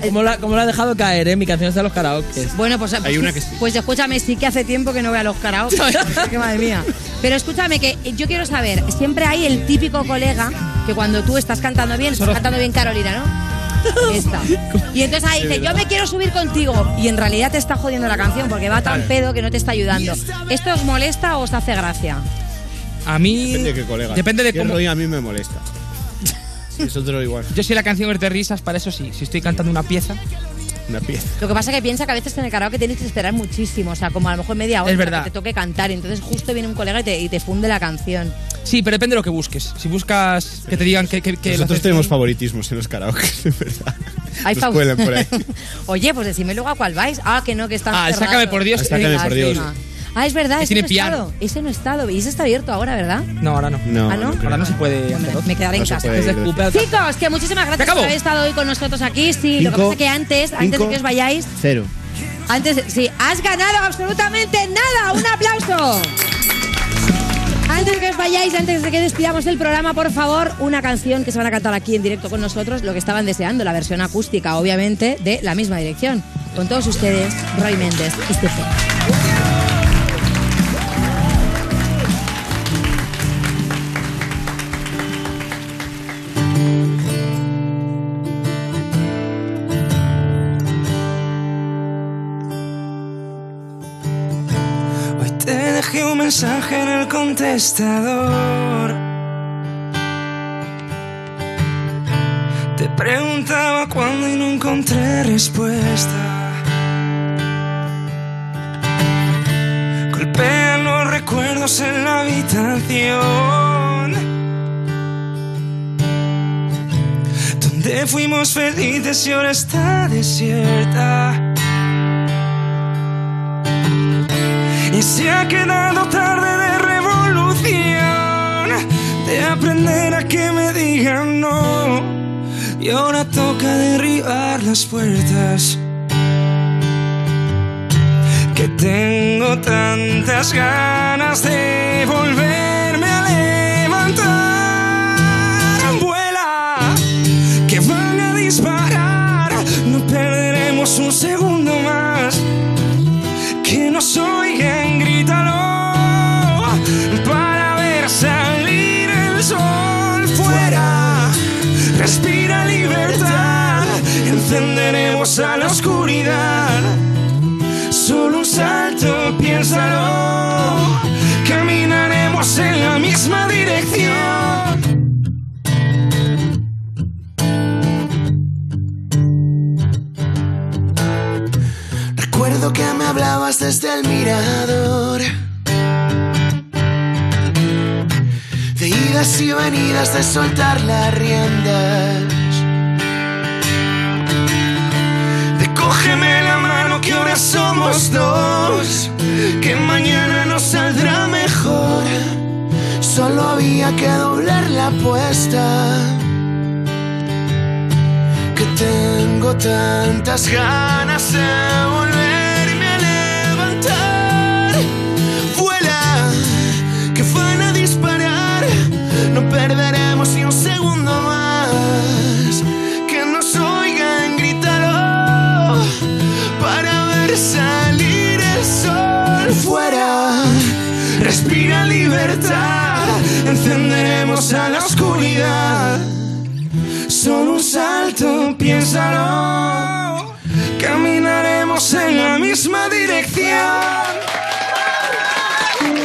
[SPEAKER 4] Como la, como la ha dejado caer, ¿eh? Mi canción está en los karaokes.
[SPEAKER 3] Bueno, pues, pues,
[SPEAKER 4] una que sí.
[SPEAKER 3] pues escúchame, sí que hace tiempo que no veo a los karaoke. Es que madre mía. Pero escúchame, que yo quiero saber, siempre hay el típico colega que cuando tú estás cantando bien, estás cantando bien Carolina, ¿no? Esta. Y entonces ahí
[SPEAKER 31] De
[SPEAKER 3] dice, yo
[SPEAKER 31] verdad.
[SPEAKER 3] me quiero subir contigo. Y en realidad te está jodiendo la canción porque va tan
[SPEAKER 13] Claro.
[SPEAKER 3] pedo que no te está ayudando. ¿Esto os molesta o os hace gracia?
[SPEAKER 13] A mí.
[SPEAKER 15] Depende de qué colega.
[SPEAKER 13] Depende de
[SPEAKER 15] Si es
[SPEAKER 13] cómo-
[SPEAKER 15] Roy, a mí me molesta. Si es otro igual.
[SPEAKER 13] Yo si la canción es de risas, para eso sí. Si estoy cantando una pieza.
[SPEAKER 15] Una pieza.
[SPEAKER 3] Lo que pasa que piensa que a veces en el karaoke tienes que esperar muchísimo, o sea, como a lo mejor media hora
[SPEAKER 13] Es verdad.
[SPEAKER 3] que te toque cantar, y entonces justo viene un colega y te, y te funde la canción.
[SPEAKER 13] Sí, pero depende de lo que busques. Si buscas que te digan que. que, que lo
[SPEAKER 15] Nosotros
[SPEAKER 13] haces
[SPEAKER 15] tenemos
[SPEAKER 13] bien.
[SPEAKER 15] favoritismos en los karaokes, de verdad.
[SPEAKER 3] Hay
[SPEAKER 15] Nos
[SPEAKER 3] paus-
[SPEAKER 15] cuelan por ahí.
[SPEAKER 3] Oye, pues decime luego a cuál vais. Ah, que no, que está.
[SPEAKER 13] Ah, el Sácame por Dios.
[SPEAKER 15] Ah, Sácame por Dios.
[SPEAKER 3] Ah, es verdad,
[SPEAKER 13] Que
[SPEAKER 3] ese
[SPEAKER 13] tiene
[SPEAKER 3] no he
[SPEAKER 13] piano.
[SPEAKER 3] estado. Ese no he estado. Y ese está abierto ahora, ¿verdad?
[SPEAKER 13] No, ahora no.
[SPEAKER 32] No,
[SPEAKER 3] ¿Ah, no?
[SPEAKER 13] ahora no se puede. hacer
[SPEAKER 3] Me
[SPEAKER 13] otro.
[SPEAKER 3] quedaré en casa. Chicos, que muchísimas
[SPEAKER 13] Se
[SPEAKER 3] gracias
[SPEAKER 13] acabó.
[SPEAKER 3] por haber estado hoy con nosotros aquí. Sí, lo que
[SPEAKER 30] Cinco,
[SPEAKER 3] pasa que antes, antes de
[SPEAKER 30] cinco.
[SPEAKER 3] que os vayáis,
[SPEAKER 30] Cero.
[SPEAKER 3] antes, sí, has ganado absolutamente nada. Un aplauso. Antes de que os vayáis, antes de que despidamos el programa, por favor, una canción que se van a cantar aquí en directo con nosotros, lo que estaban deseando, la versión acústica, obviamente, de la misma dirección. Con todos ustedes, Roy Méndez y Stefan.
[SPEAKER 5] Te dejé un mensaje en el contestador. Te preguntaba cuándo y no encontré respuesta. Golpean los recuerdos en la habitación. Donde fuimos felices y ahora está desierta. y se ha quedado tarde de revolución, de aprender a que me digan no. Y ahora toca derribar las puertas. Que tengo tantas ganas de volverme a levantar. Vuela, que van a disparar. No perderemos un segundo más que nos oigan, grítalo para ver salir el sol fuera. Respira libertad, encenderemos a la oscuridad. Solo un salto, piénsalo. Caminaremos en la misma dirección.
[SPEAKER 33] Recuerdo que me hablabas desde el mirador. De idas y venidas de soltar las riendas.
[SPEAKER 5] De cógeme la mano que ahora somos dos. Que mañana nos saldrá mejor.
[SPEAKER 33] Solo había que doblar la apuesta. Que tengo tantas ganas de volverme a levantar. Vuela, que van a disparar. No perderemos ni un segundo más. Que nos oigan gritar para ver salir el sol fuera.
[SPEAKER 5] Respira libertad, encenderemos a la oscuridad. Solo un salto, piénsalo. Caminaremos en la misma dirección.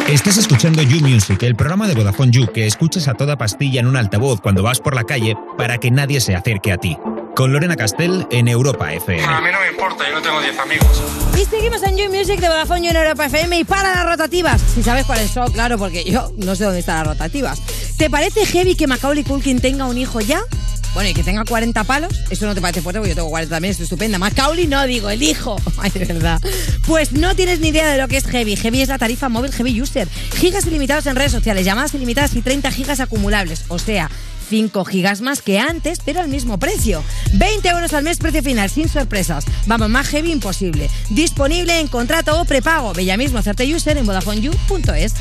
[SPEAKER 7] Estás escuchando You Music, el programa de Vodafone You que escuchas a toda pastilla en un altavoz cuando vas por la calle para que nadie se acerque a ti. Con Lorena Castell en Europa FM.
[SPEAKER 25] A mí no me importa, yo no tengo 10 amigos.
[SPEAKER 3] Y seguimos en You Music de Vodafone You en Europa FM y para las rotativas. Si sabes cuáles son, claro, porque yo no sé dónde están las rotativas. ¿Te parece heavy que Macaulay Culkin tenga un hijo ya? Bueno, y que tenga 40 palos, eso no te parece fuerte porque yo tengo 40 también, estoy estupenda. Macaulay no, digo, el hijo. Ay, de verdad. Pues no tienes ni idea de lo que es heavy. Heavy es la tarifa móvil heavy user. Gigas ilimitados en redes sociales, llamadas ilimitadas y 30 gigas acumulables. O sea, 5 gigas más que antes, pero al mismo precio. 20 euros al mes, precio final, sin sorpresas. Vamos, más heavy imposible. Disponible en contrato o prepago. Bella mismo, hacerte user en VodafoneYou.es.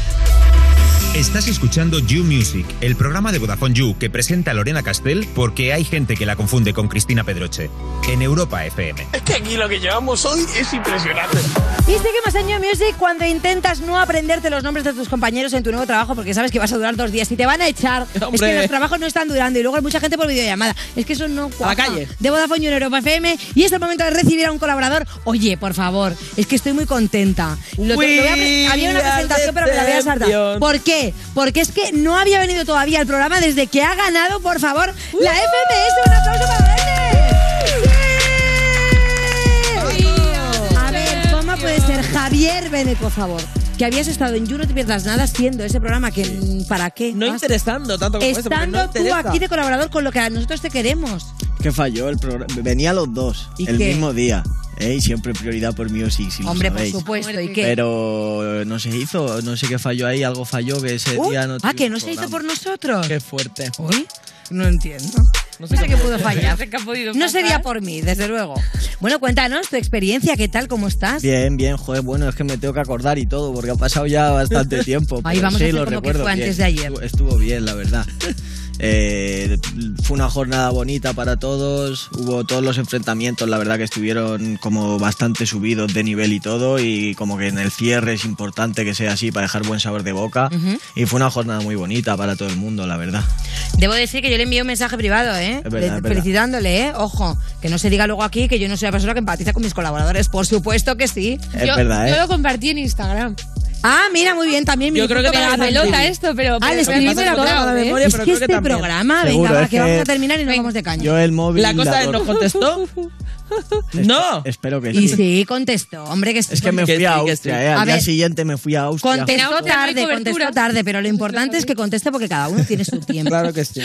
[SPEAKER 7] Estás escuchando You Music, el programa de Vodafone You que presenta Lorena Castell porque hay gente que la confunde con Cristina Pedroche. En Europa FM.
[SPEAKER 25] Es que Este aquí lo que llevamos hoy es impresionante.
[SPEAKER 3] Y seguimos en New Music cuando intentas no aprenderte los nombres de tus compañeros en tu nuevo trabajo porque sabes que vas a durar dos días y te van a echar. Es
[SPEAKER 6] Hombre.
[SPEAKER 3] que los trabajos no están durando y luego hay mucha gente por videollamada. Es que eso no cuaja.
[SPEAKER 6] calle.
[SPEAKER 3] De Vodafone You en Europa FM y es el momento de recibir a un colaborador. Oye, por favor, es que estoy muy contenta. Lo- lo voy a pre-
[SPEAKER 6] We
[SPEAKER 3] había una
[SPEAKER 6] are
[SPEAKER 3] presentación
[SPEAKER 6] the
[SPEAKER 3] pero me la voy a saltar.
[SPEAKER 6] champions.
[SPEAKER 3] ¿Por qué? Porque es que no había venido todavía al programa desde que ha ganado, por favor, la FMS. Un aplauso para A ver, ¿cómo puede ser? Javier Benet, por favor. Que habías estado en You No Te Pierdas Nada haciendo ese programa que... mm, ¿Para qué?
[SPEAKER 30] No
[SPEAKER 3] Vas-
[SPEAKER 30] interesando tanto como esto, porque
[SPEAKER 3] Estando
[SPEAKER 30] no
[SPEAKER 3] tú
[SPEAKER 30] interesa.
[SPEAKER 3] aquí de colaborador con lo que a nosotros te queremos.
[SPEAKER 30] Que falló el programa. Venía los dos
[SPEAKER 3] ¿Y
[SPEAKER 30] el
[SPEAKER 3] qué?
[SPEAKER 30] mismo día. Ey, siempre prioridad por Music, si lo
[SPEAKER 3] Hombre, por
[SPEAKER 30] sabéis.
[SPEAKER 3] supuesto. ¿Y qué?
[SPEAKER 30] Pero eh, no se hizo, no sé qué falló ahí, algo falló que ese
[SPEAKER 3] Uh,
[SPEAKER 30] día no
[SPEAKER 3] ah,
[SPEAKER 30] tuvo
[SPEAKER 3] que no se hizo
[SPEAKER 30] programa.
[SPEAKER 3] por nosotros.
[SPEAKER 30] Qué fuerte.
[SPEAKER 3] Uy, no entiendo. No sé
[SPEAKER 1] cómo
[SPEAKER 3] qué
[SPEAKER 1] puede
[SPEAKER 3] pudo
[SPEAKER 1] ser.
[SPEAKER 3] fallar.
[SPEAKER 1] No sé qué ha podido
[SPEAKER 3] No
[SPEAKER 1] pasar.
[SPEAKER 3] sería por mí, desde luego. Bueno, cuéntanos tu experiencia, ¿qué tal? ¿Cómo estás?
[SPEAKER 30] Bien, bien, joder, bueno, es que me tengo que acordar y todo, porque ha pasado ya bastante tiempo.
[SPEAKER 3] Ahí
[SPEAKER 30] pero
[SPEAKER 3] vamos
[SPEAKER 30] sí,
[SPEAKER 3] a hacer
[SPEAKER 30] lo
[SPEAKER 3] como que
[SPEAKER 30] recuerdo
[SPEAKER 3] fue
[SPEAKER 30] bien.
[SPEAKER 3] antes de ayer.
[SPEAKER 30] Estuvo, estuvo bien, la verdad. Eh, fue una jornada bonita para todos, hubo todos los enfrentamientos, la verdad que estuvieron como bastante subidos de nivel y todo, y como que en el cierre es importante que sea así para dejar buen sabor de boca.
[SPEAKER 1] Ujú.
[SPEAKER 30] Y fue una jornada muy bonita para todo el mundo, la verdad.
[SPEAKER 1] Debo decir que yo le envié un mensaje privado, ¿eh?
[SPEAKER 30] Es verdad,
[SPEAKER 1] Le-
[SPEAKER 30] es verdad.
[SPEAKER 1] felicitándole, ¿eh? Ojo, que no se diga luego aquí que yo no soy la persona que empatiza con mis colaboradores. Por supuesto que sí.
[SPEAKER 30] Es Yo- verdad, ¿eh? yo lo
[SPEAKER 1] compartí en Instagram. Ah, mira, muy bien, también.
[SPEAKER 3] Yo creo que
[SPEAKER 1] me
[SPEAKER 3] te la pelota esto,
[SPEAKER 1] pero...
[SPEAKER 3] Ah, le escribí por acá, ¿eh? Es que este programa, venga,
[SPEAKER 30] Seguro,
[SPEAKER 3] va,
[SPEAKER 30] es
[SPEAKER 3] que vamos
[SPEAKER 30] que-
[SPEAKER 3] a terminar y nos vamos de caña.
[SPEAKER 30] Yo el móvil...
[SPEAKER 3] La cosa es,
[SPEAKER 30] adoro.
[SPEAKER 3] ¿nos contestó?
[SPEAKER 30] ¡No! Espero que
[SPEAKER 3] Y
[SPEAKER 30] sí.
[SPEAKER 3] sí, contestó. Hombre, que sí.
[SPEAKER 30] Es que me fui a Austria, ¿eh?
[SPEAKER 3] A
[SPEAKER 30] Al día
[SPEAKER 3] ver.
[SPEAKER 30] siguiente me fui a Austria.
[SPEAKER 3] Contestó
[SPEAKER 30] justo.
[SPEAKER 3] tarde, contestó tarde, pero lo importante es que conteste porque cada uno tiene su tiempo.
[SPEAKER 30] Claro que sí.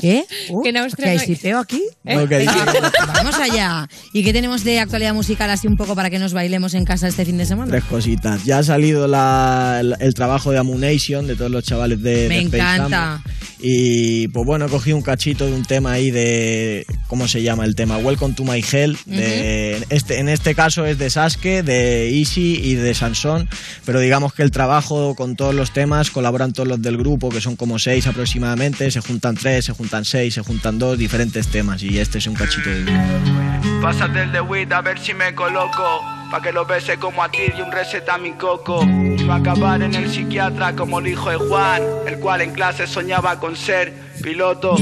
[SPEAKER 3] ¿Qué? Uh,
[SPEAKER 1] Que en Austria
[SPEAKER 3] ¿Que
[SPEAKER 1] no
[SPEAKER 3] hay
[SPEAKER 1] hay-
[SPEAKER 3] sipeo aquí?
[SPEAKER 30] ¿Eh? No, que hay
[SPEAKER 3] Venga, Vamos allá. ¿Y qué tenemos de actualidad musical así un poco para que nos bailemos en casa este fin de semana?
[SPEAKER 30] Tres cositas. Ya ha salido la- el, el trabajo de Amunation de todos los chavales de.
[SPEAKER 3] Me
[SPEAKER 30] de Space
[SPEAKER 3] encanta.
[SPEAKER 30] Jam. Y pues bueno, he cogido un cachito de un tema ahí de. ¿Cómo se llama el tema? Welcome to My Hell. de- este, en este caso es de Sasuke, de Easy y de Sansón. Pero digamos que el trabajo con todos los temas colaboran todos los del grupo, que son como seis aproximadamente. Se juntan tres, se juntan seis, se juntan dos, diferentes temas. Y este es un cachito de
[SPEAKER 2] Pásate el de weed a ver si me coloco. Pa' que lo bese como a ti y un receta a mi coco. Iba a acabar en el psiquiatra como el hijo de Juan, el cual en clase soñaba con ser piloto.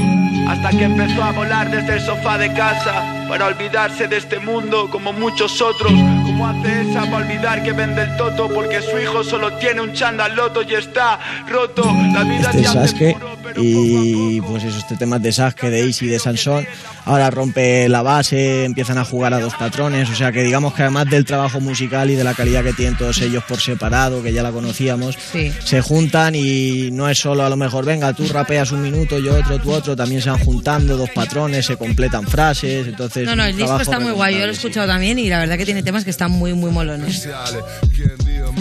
[SPEAKER 2] Hasta que empezó a volar desde el sofá de casa para olvidarse de este mundo como muchos otros. Como hace esa para olvidar que vende el toto porque su hijo solo tiene un chandaloto y está roto. La vida
[SPEAKER 30] este
[SPEAKER 2] te
[SPEAKER 30] es
[SPEAKER 2] hace
[SPEAKER 30] Sasuke y pues esos este temas de Sasuke, de Easy, de Sansón. Ahora rompe la base, empiezan a jugar a dos patrones, o sea que digamos que además del trabajo musical y de la calidad que tienen todos ellos por separado, que ya la conocíamos,
[SPEAKER 3] Sí.
[SPEAKER 30] se juntan y no es solo a lo mejor, venga, tú rapeas un minuto, yo otro, tú otro, también se van juntando dos patrones, se completan frases, entonces...
[SPEAKER 3] No, no,
[SPEAKER 30] un
[SPEAKER 3] el disco
[SPEAKER 30] trabajo
[SPEAKER 3] está muy guay. Yo lo he
[SPEAKER 30] redondo.
[SPEAKER 3] escuchado también y la verdad que tiene temas que están muy, muy molones.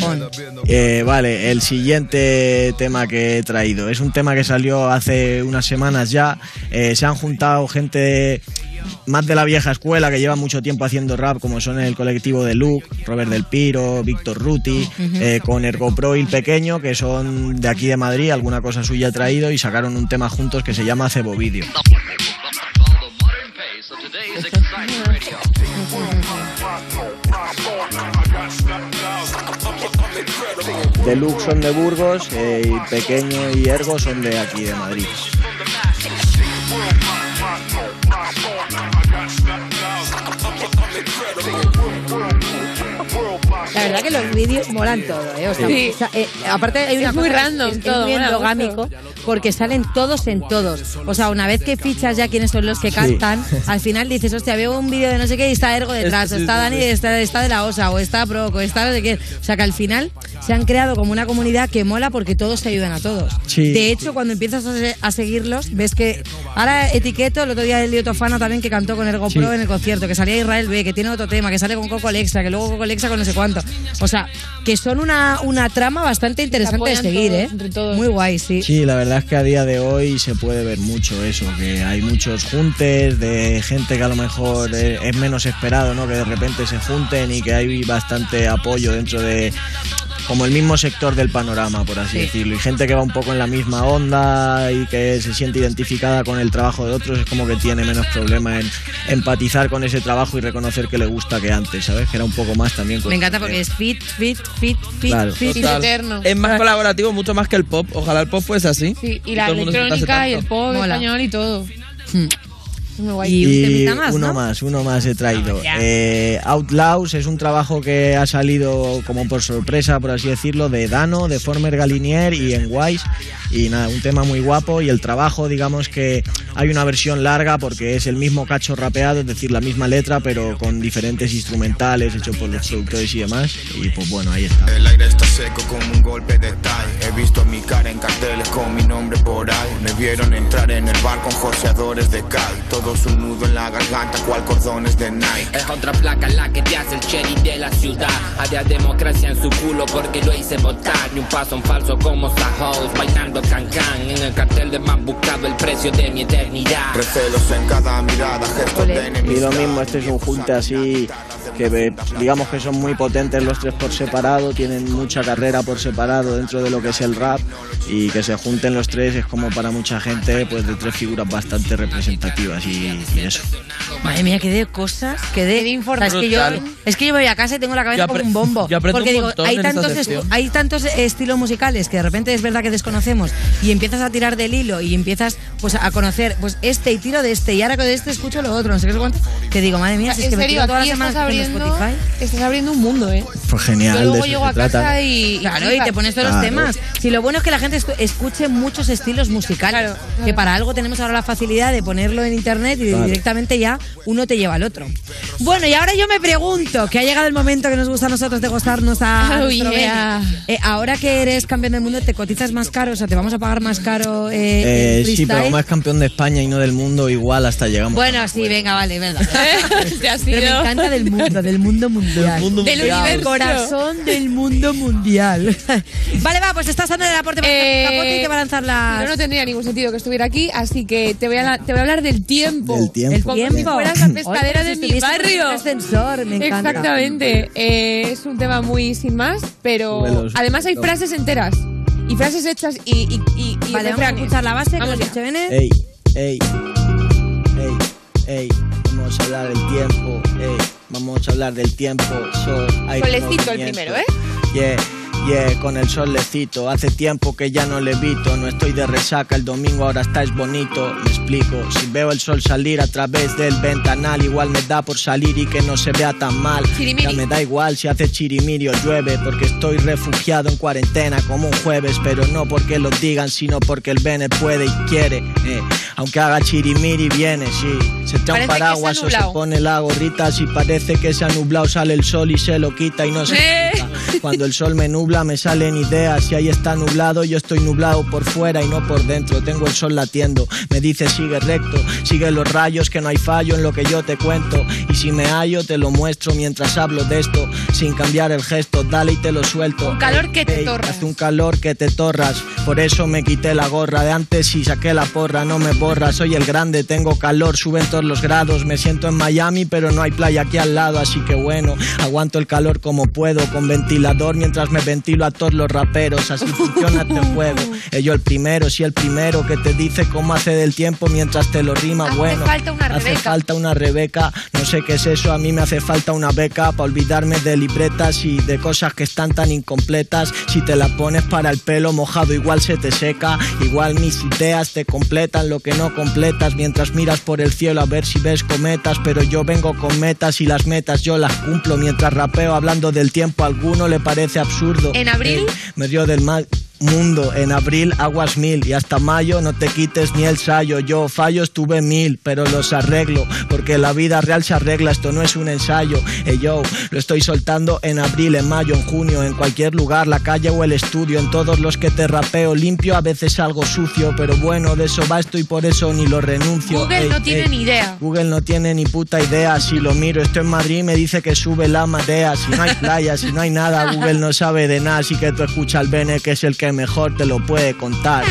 [SPEAKER 3] Pon.
[SPEAKER 30] Eh, vale, el siguiente tema que he traído es un tema que salió hace unas semanas ya. Eh, se han juntado gente más de la vieja escuela que lleva mucho tiempo haciendo rap, como son el colectivo de Luke, Robert Del Piro, Víctor Ruti,
[SPEAKER 9] Ujú.
[SPEAKER 30] eh, con Ergo Pro y el Pequeño, que son de aquí de Madrid, alguna cosa suya ha traído y sacaron un tema juntos que se llama Cebo Video. De Luke son de Burgos eh, y Pequeño y Ergo son de aquí de Madrid.
[SPEAKER 1] La verdad que los vídeos molan todo, ¿eh? O sea,
[SPEAKER 3] Sí.
[SPEAKER 1] o sea, eh, aparte hay
[SPEAKER 3] Es
[SPEAKER 1] una
[SPEAKER 3] muy
[SPEAKER 1] cosa que
[SPEAKER 3] random
[SPEAKER 1] es, que
[SPEAKER 3] todo,
[SPEAKER 1] es muy
[SPEAKER 3] mola mucho.
[SPEAKER 1] endogámico porque salen todos en todos. O sea, una vez que fichas ya quiénes son los que
[SPEAKER 3] Sí.
[SPEAKER 1] cantan, al final dices, hostia, veo un vídeo de no sé qué y está Ergo detrás,
[SPEAKER 3] Este,
[SPEAKER 1] o
[SPEAKER 3] sí,
[SPEAKER 1] está
[SPEAKER 3] sí,
[SPEAKER 1] Dani,
[SPEAKER 3] sí.
[SPEAKER 1] está, está de la OSA, o está Proco, está no sé qué. O sea, que al final se han creado como una comunidad que mola porque todos se ayudan a todos.
[SPEAKER 3] Sí.
[SPEAKER 1] De hecho, cuando empiezas a, se- a seguirlos, ves que ahora etiqueto, el otro día Elio Tofana también que cantó con Ergo
[SPEAKER 3] Sí.
[SPEAKER 1] Pro en el concierto, que salía Israel B, que tiene otro tema, que sale con Coco Lexa, que luego Coco Lexa con no sé cuánto. O sea, que son una, una trama bastante interesante de
[SPEAKER 3] apoyan
[SPEAKER 1] seguir,
[SPEAKER 3] todos,
[SPEAKER 1] ¿eh? Muy guay, sí.
[SPEAKER 30] Sí, la verdad es que a día de hoy se puede ver mucho eso, que hay muchos juntes de gente que a lo mejor eh, es menos esperado, ¿no? Que de repente se junten y que hay bastante apoyo dentro de como el mismo sector del panorama, por así
[SPEAKER 10] Sí.
[SPEAKER 30] decirlo, y gente que va un poco en la misma onda y que se siente identificada con el trabajo de otros, es como que tiene menos problema en empatizar con ese trabajo y reconocer que le gusta que antes, ¿sabes? Que era un poco más también. con-
[SPEAKER 3] Me encanta porque es fit, fit, fit, fit,
[SPEAKER 30] Claro.
[SPEAKER 3] fit,
[SPEAKER 30] Total.
[SPEAKER 4] Es más colaborativo, mucho más que el pop. Ojalá el pop fuese así.
[SPEAKER 11] Sí, y la
[SPEAKER 4] todo el mundo se
[SPEAKER 11] electrónica
[SPEAKER 4] juntase
[SPEAKER 11] y el
[SPEAKER 4] tanto.
[SPEAKER 11] pop
[SPEAKER 4] Mola.
[SPEAKER 11] español y todo. Hmm. Es muy guay.
[SPEAKER 30] Y uno más, uno más he traído. Eh, Outlaws es un trabajo que ha salido como por sorpresa, por así decirlo, de Dano, de Former Galinier y en Wise. Y nada, un tema muy guapo. Y el trabajo, digamos que hay una versión larga porque es el mismo cacho rapeado, es decir, la misma letra, pero con diferentes instrumentales hechos por los productores y demás. Y pues bueno, ahí está.
[SPEAKER 12] El aire está seco como un golpe de tie. He visto a mi cara en carteles con mi nombre por ahí. Me vieron entrar en el bar con joseadores de cal. Todo todos un nudo en la garganta, cual cordones de Nike.
[SPEAKER 9] Es otra placa la que te hace el sheriff de la ciudad. Había democracia en su culo porque lo hice votar. Ni un paso en falso como Sahos, bailando cancán. En el cartel de más buscado el precio de mi eternidad.
[SPEAKER 12] Recelos en cada mirada, gestos de
[SPEAKER 30] Y lo
[SPEAKER 12] enemistad.
[SPEAKER 30] mismo, este es un junte así que eh, digamos que son muy potentes los tres por separado, tienen mucha carrera por separado dentro de lo que es el rap y que se junten los tres es como para mucha gente pues de tres figuras bastante representativas y, y eso.
[SPEAKER 3] Madre mía, que de cosas, que de información. Es que, yo,
[SPEAKER 30] Brutal.
[SPEAKER 3] es que yo me voy a casa y tengo la cabeza
[SPEAKER 30] Yo apre-
[SPEAKER 3] como un bombo.
[SPEAKER 30] yo aprendo
[SPEAKER 3] porque
[SPEAKER 30] un
[SPEAKER 3] digo,
[SPEAKER 30] montón
[SPEAKER 3] hay
[SPEAKER 30] en esta
[SPEAKER 3] tantos, estu-
[SPEAKER 30] sección.
[SPEAKER 3] hay tantos estilos musicales que de repente es verdad que desconocemos y empiezas a tirar del hilo y empiezas pues a conocer pues este y tiro de este y ahora que de este escucho lo otro, no sé qué sé cuánto. Que digo, madre mía, si es
[SPEAKER 11] en
[SPEAKER 3] que me
[SPEAKER 11] serio,
[SPEAKER 3] tiro todas las
[SPEAKER 11] aquí
[SPEAKER 3] semanas
[SPEAKER 11] estás
[SPEAKER 3] escuchando
[SPEAKER 11] abriendo,
[SPEAKER 3] Spotify.
[SPEAKER 11] estás abriendo un mundo, ¿eh?
[SPEAKER 30] Fue Pues genial.
[SPEAKER 11] Yo luego
[SPEAKER 30] de eso
[SPEAKER 11] llego
[SPEAKER 30] se
[SPEAKER 11] a
[SPEAKER 30] trata.
[SPEAKER 11] casa y...
[SPEAKER 3] Claro, y te pones todos los
[SPEAKER 30] Claro.
[SPEAKER 3] temas. Si lo bueno es que la gente escu- escuche muchos estilos musicales, que para algo tenemos ahora la facilidad de ponerlo en internet y
[SPEAKER 1] Claro.
[SPEAKER 3] directamente ya uno te lleva al otro. Bueno, y ahora yo me pregunto, que ha llegado el momento que nos gusta a nosotros de gozarnos a... a
[SPEAKER 11] Oh,
[SPEAKER 3] nuestro
[SPEAKER 11] yeah.
[SPEAKER 3] bien. Eh, ahora que eres campeón del mundo, ¿te cotizas más caro? O sea, ¿te vamos a pagar más caro eh,
[SPEAKER 30] Eh,
[SPEAKER 3] el
[SPEAKER 30] sí,
[SPEAKER 3] freestyle?
[SPEAKER 30] pero como es campeón de España y no del mundo, igual hasta llegamos.
[SPEAKER 3] Bueno, sí, venga, vale, verdad. Pero me
[SPEAKER 11] sido.
[SPEAKER 3] encanta del mundo, del mundo mundial. Del
[SPEAKER 30] mundo
[SPEAKER 11] Del mundial. universo.
[SPEAKER 3] corazón del mundo mundial. vale, va, pues estás dando el aporte para hacer tu capote y te va a lanzar las...
[SPEAKER 11] Eh, No, no tendría ningún sentido que estuviera aquí, así que te voy a, la- te voy a hablar del tiempo.
[SPEAKER 30] Del tiempo.
[SPEAKER 11] Como si fueras la pescadera
[SPEAKER 3] Oye,
[SPEAKER 11] de
[SPEAKER 3] pues
[SPEAKER 11] mi
[SPEAKER 3] estuviésemos en
[SPEAKER 11] barrio.
[SPEAKER 3] un ascensor, me encanta.
[SPEAKER 11] Exactamente. Eh, es un tema muy sin más, pero
[SPEAKER 3] Súbelo, súbelo.
[SPEAKER 11] además hay frases enteras. Y frases hechas y, y, y, y
[SPEAKER 3] Vale, vamos a
[SPEAKER 11] refranes.
[SPEAKER 3] escuchar la base que nos
[SPEAKER 11] Vamos ya.
[SPEAKER 3] dice Bene.
[SPEAKER 30] Ey, ey, ey, ey, vamos a hablar del tiempo, ey, vamos a hablar del tiempo, sol, aire,
[SPEAKER 11] Solecito el
[SPEAKER 30] movimiento.
[SPEAKER 11] primero, ¿eh?
[SPEAKER 30] Yeah, yeah, con el solecito. Hace tiempo que ya no levito, no estoy de resaca. El domingo ahora estáis bonito, me explico. Si veo el sol salir a través del ventanal, igual me da por salir y que no se vea tan mal.
[SPEAKER 11] Chirimiri.
[SPEAKER 30] Ya me da igual si hace chirimiri o llueve, porque estoy refugiado en cuarentena como un jueves. Pero no porque lo digan, sino porque el Bene puede y quiere. eh. Aunque haga chirimiri, viene, sí. Se echa
[SPEAKER 11] Parece
[SPEAKER 30] un
[SPEAKER 11] que se ha
[SPEAKER 30] paraguas o se
[SPEAKER 11] nublado.
[SPEAKER 30] pone la gorrita. Si parece que se ha nublado, sale el sol y se lo quita y no se
[SPEAKER 11] ¡Eh!
[SPEAKER 30] quita. Cuando el sol me nubla, me salen ideas. Si ahí está nublado, yo estoy nublado por fuera y no por dentro. Tengo el sol latiendo. Me dice, sigue recto, sigue los rayos, que no hay fallo en lo que yo te cuento. Y si me hallo, te lo muestro mientras hablo de esto. Sin cambiar el gesto, dale y te lo suelto. Un
[SPEAKER 11] calor que te torra.
[SPEAKER 30] Hace un calor que te torras. Por eso me quité la gorra de antes y saqué la porra. No me borras, soy el grande, tengo calor, suben todos los grados. Me siento en Miami, pero no hay playa aquí al lado, así que bueno, aguanto el calor como puedo. Con ventilador mientras me ventilo a todos los raperos. Así funciona este juego. Eh, Yo el primero, sí, el primero que te dice cómo hace del tiempo mientras te lo rima.
[SPEAKER 11] Hace
[SPEAKER 30] bueno,
[SPEAKER 11] falta una
[SPEAKER 30] hace
[SPEAKER 11] Rebeca.
[SPEAKER 30] falta una Rebeca. No sé qué es eso, a mí me hace falta una beca para olvidarme de libretas y de cosas que están tan incompletas. Si te la pones para el pelo mojado, igual se te seca. Igual mis ideas te completan lo que no completas mientras miras por el cielo a ver si ves cometas. Pero yo vengo con metas y las metas yo las cumplo mientras rapeo hablando del tiempo. A alguno le parece absurdo. Eh,
[SPEAKER 11] En abril.
[SPEAKER 30] Ey, medio del mal mundo. En abril aguas mil y hasta mayo no te quites ni el sayo. Yo fallos tuve mil, pero los arreglo porque la vida real se arregla. Esto no es un ensayo. Ey, yo lo estoy soltando en abril, en mayo, en junio, en cualquier lugar, la calle o el estudio. En todos los que te rapeo limpio, a veces algo sucio, pero bueno, de eso va esto y por eso ni lo renuncio.
[SPEAKER 11] Google
[SPEAKER 30] Ey,
[SPEAKER 11] no tiene
[SPEAKER 30] ey.
[SPEAKER 11] ni idea.
[SPEAKER 30] Google no tiene ni puta idea. Si lo miro, estoy en Madrid y me dice que sube la marea. Si no hay playa, si no hay nada, Google no sabe de nada. Así que tú escucha al Bene, que es el que mejor te lo puede contar.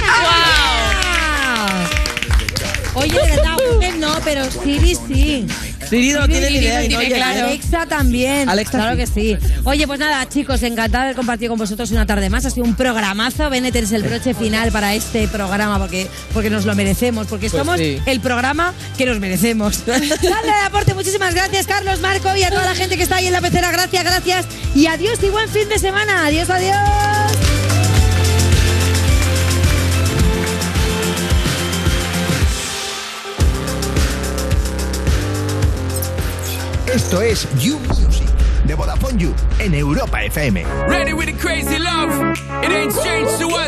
[SPEAKER 3] Oye, de verdad, Google no, pero Siri sí.
[SPEAKER 4] Siri no tiene ni idea y no oye, ¿eh?
[SPEAKER 3] Alexa también.
[SPEAKER 4] Alexa
[SPEAKER 3] claro
[SPEAKER 4] sí.
[SPEAKER 3] que sí. Oye, pues nada, chicos, encantada de haber compartido con vosotros una tarde más. Ha sido un programazo. Bennett es el broche final para este programa porque, porque nos lo merecemos, porque
[SPEAKER 1] Pues
[SPEAKER 3] somos
[SPEAKER 1] sí.
[SPEAKER 3] el programa que nos merecemos. Dale de aporte, muchísimas gracias, Carlos Marco, y a toda la gente que está ahí en la pecera. Gracias, gracias. Y adiós y buen fin de semana. Adiós, adiós.
[SPEAKER 10] Esto es You Music de Vodafone You en Europa FM.
[SPEAKER 14] Ready with the crazy love. It ain't strange to us.